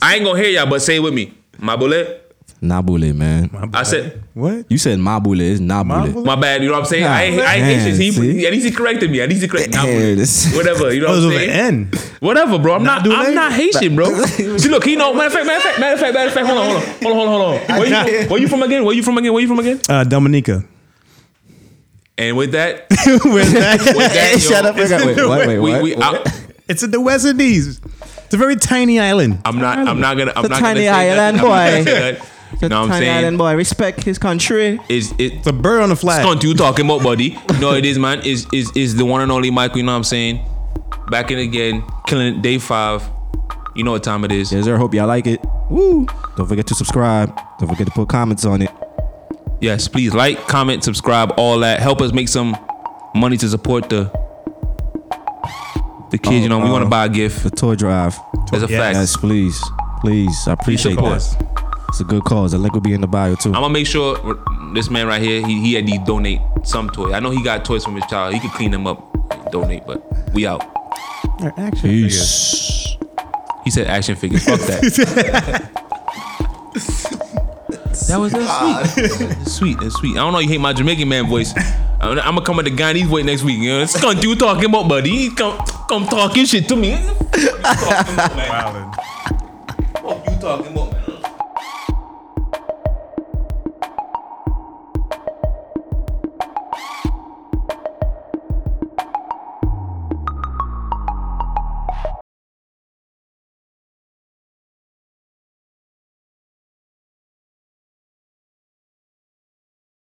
A: I ain't gonna hear y'all, but say it with me, Mabule.
C: Nabule, man.
A: I said,
B: What?
C: You said Mabule. It's Nabule.
B: Mabule?
A: my bad. You know what I'm saying? I, I, I
C: man,
A: hate shit.
C: see?
A: He, at least he corrected me. At least he corrected me.
C: Yeah, this-
A: Whatever. You know
B: Oh,
A: what I'm
B: it was with
A: saying?
B: an N.
A: Whatever, bro. I'm not.
B: do
A: I'm
B: later.
A: not Haitian, bro. See, look, he know. Matter of fact, matter of fact, matter of fact, matter of fact. Hold on, hold on, hold on, hold on, hold on. Where you, from- where you from again? Where you from again? Where you from again?
B: Uh, Dominica.
A: And with that,
B: Where's that?
A: with that, yo,
C: Shut up. Wait, wait, wait, wait,
A: We, we,
C: what?
A: I,
B: it's in the West Indies. It's a very tiny island.
A: I'm not. I'm not gonna. I'm
I: It's a
A: not gonna
I: tiny
A: say nothing.
I: island,
A: I'm not gonna
I: boy.
A: say that. You know what I'm
I: Tiny Island
A: saying?
I: boy, respect his country.
A: Is it?
B: It's a bird on a flag.
A: stunt you talking about, buddy. You know it is, man. Is is is the one and only Michael? You know what I'm saying? Back in again, killing it, day five. You know what time it is.
C: Yes, sir. Hope y'all like it. Woo. Don't forget to subscribe. Don't forget to put comments on it.
A: Yes, please like, comment, subscribe, all that. Help us make some money to support the the kids. you know, we
C: Oh,
A: want to
C: oh.
A: buy a gift.
C: The toy drive.
A: That's a fact.
C: Yes, please. Please. I appreciate
A: cause.
C: that. It's a good cause. The link will be in the bio too.
A: I'm gonna make sure this man right here, he he had to donate some toy. I know he got toys from his child. He could clean them up, donate. But we out.
B: Action.
C: Peace.
A: He said action figures. Fuck that. that was that was sweet. It's sweet. It's sweet. I don't know. You hate my Jamaican man voice. I'm, gonna come with the Guyanese voice next week. You know, it's gonna do talking about buddy. He come come talking shit to me. What the fuck you talking about, man? What the fuck you talking about, man?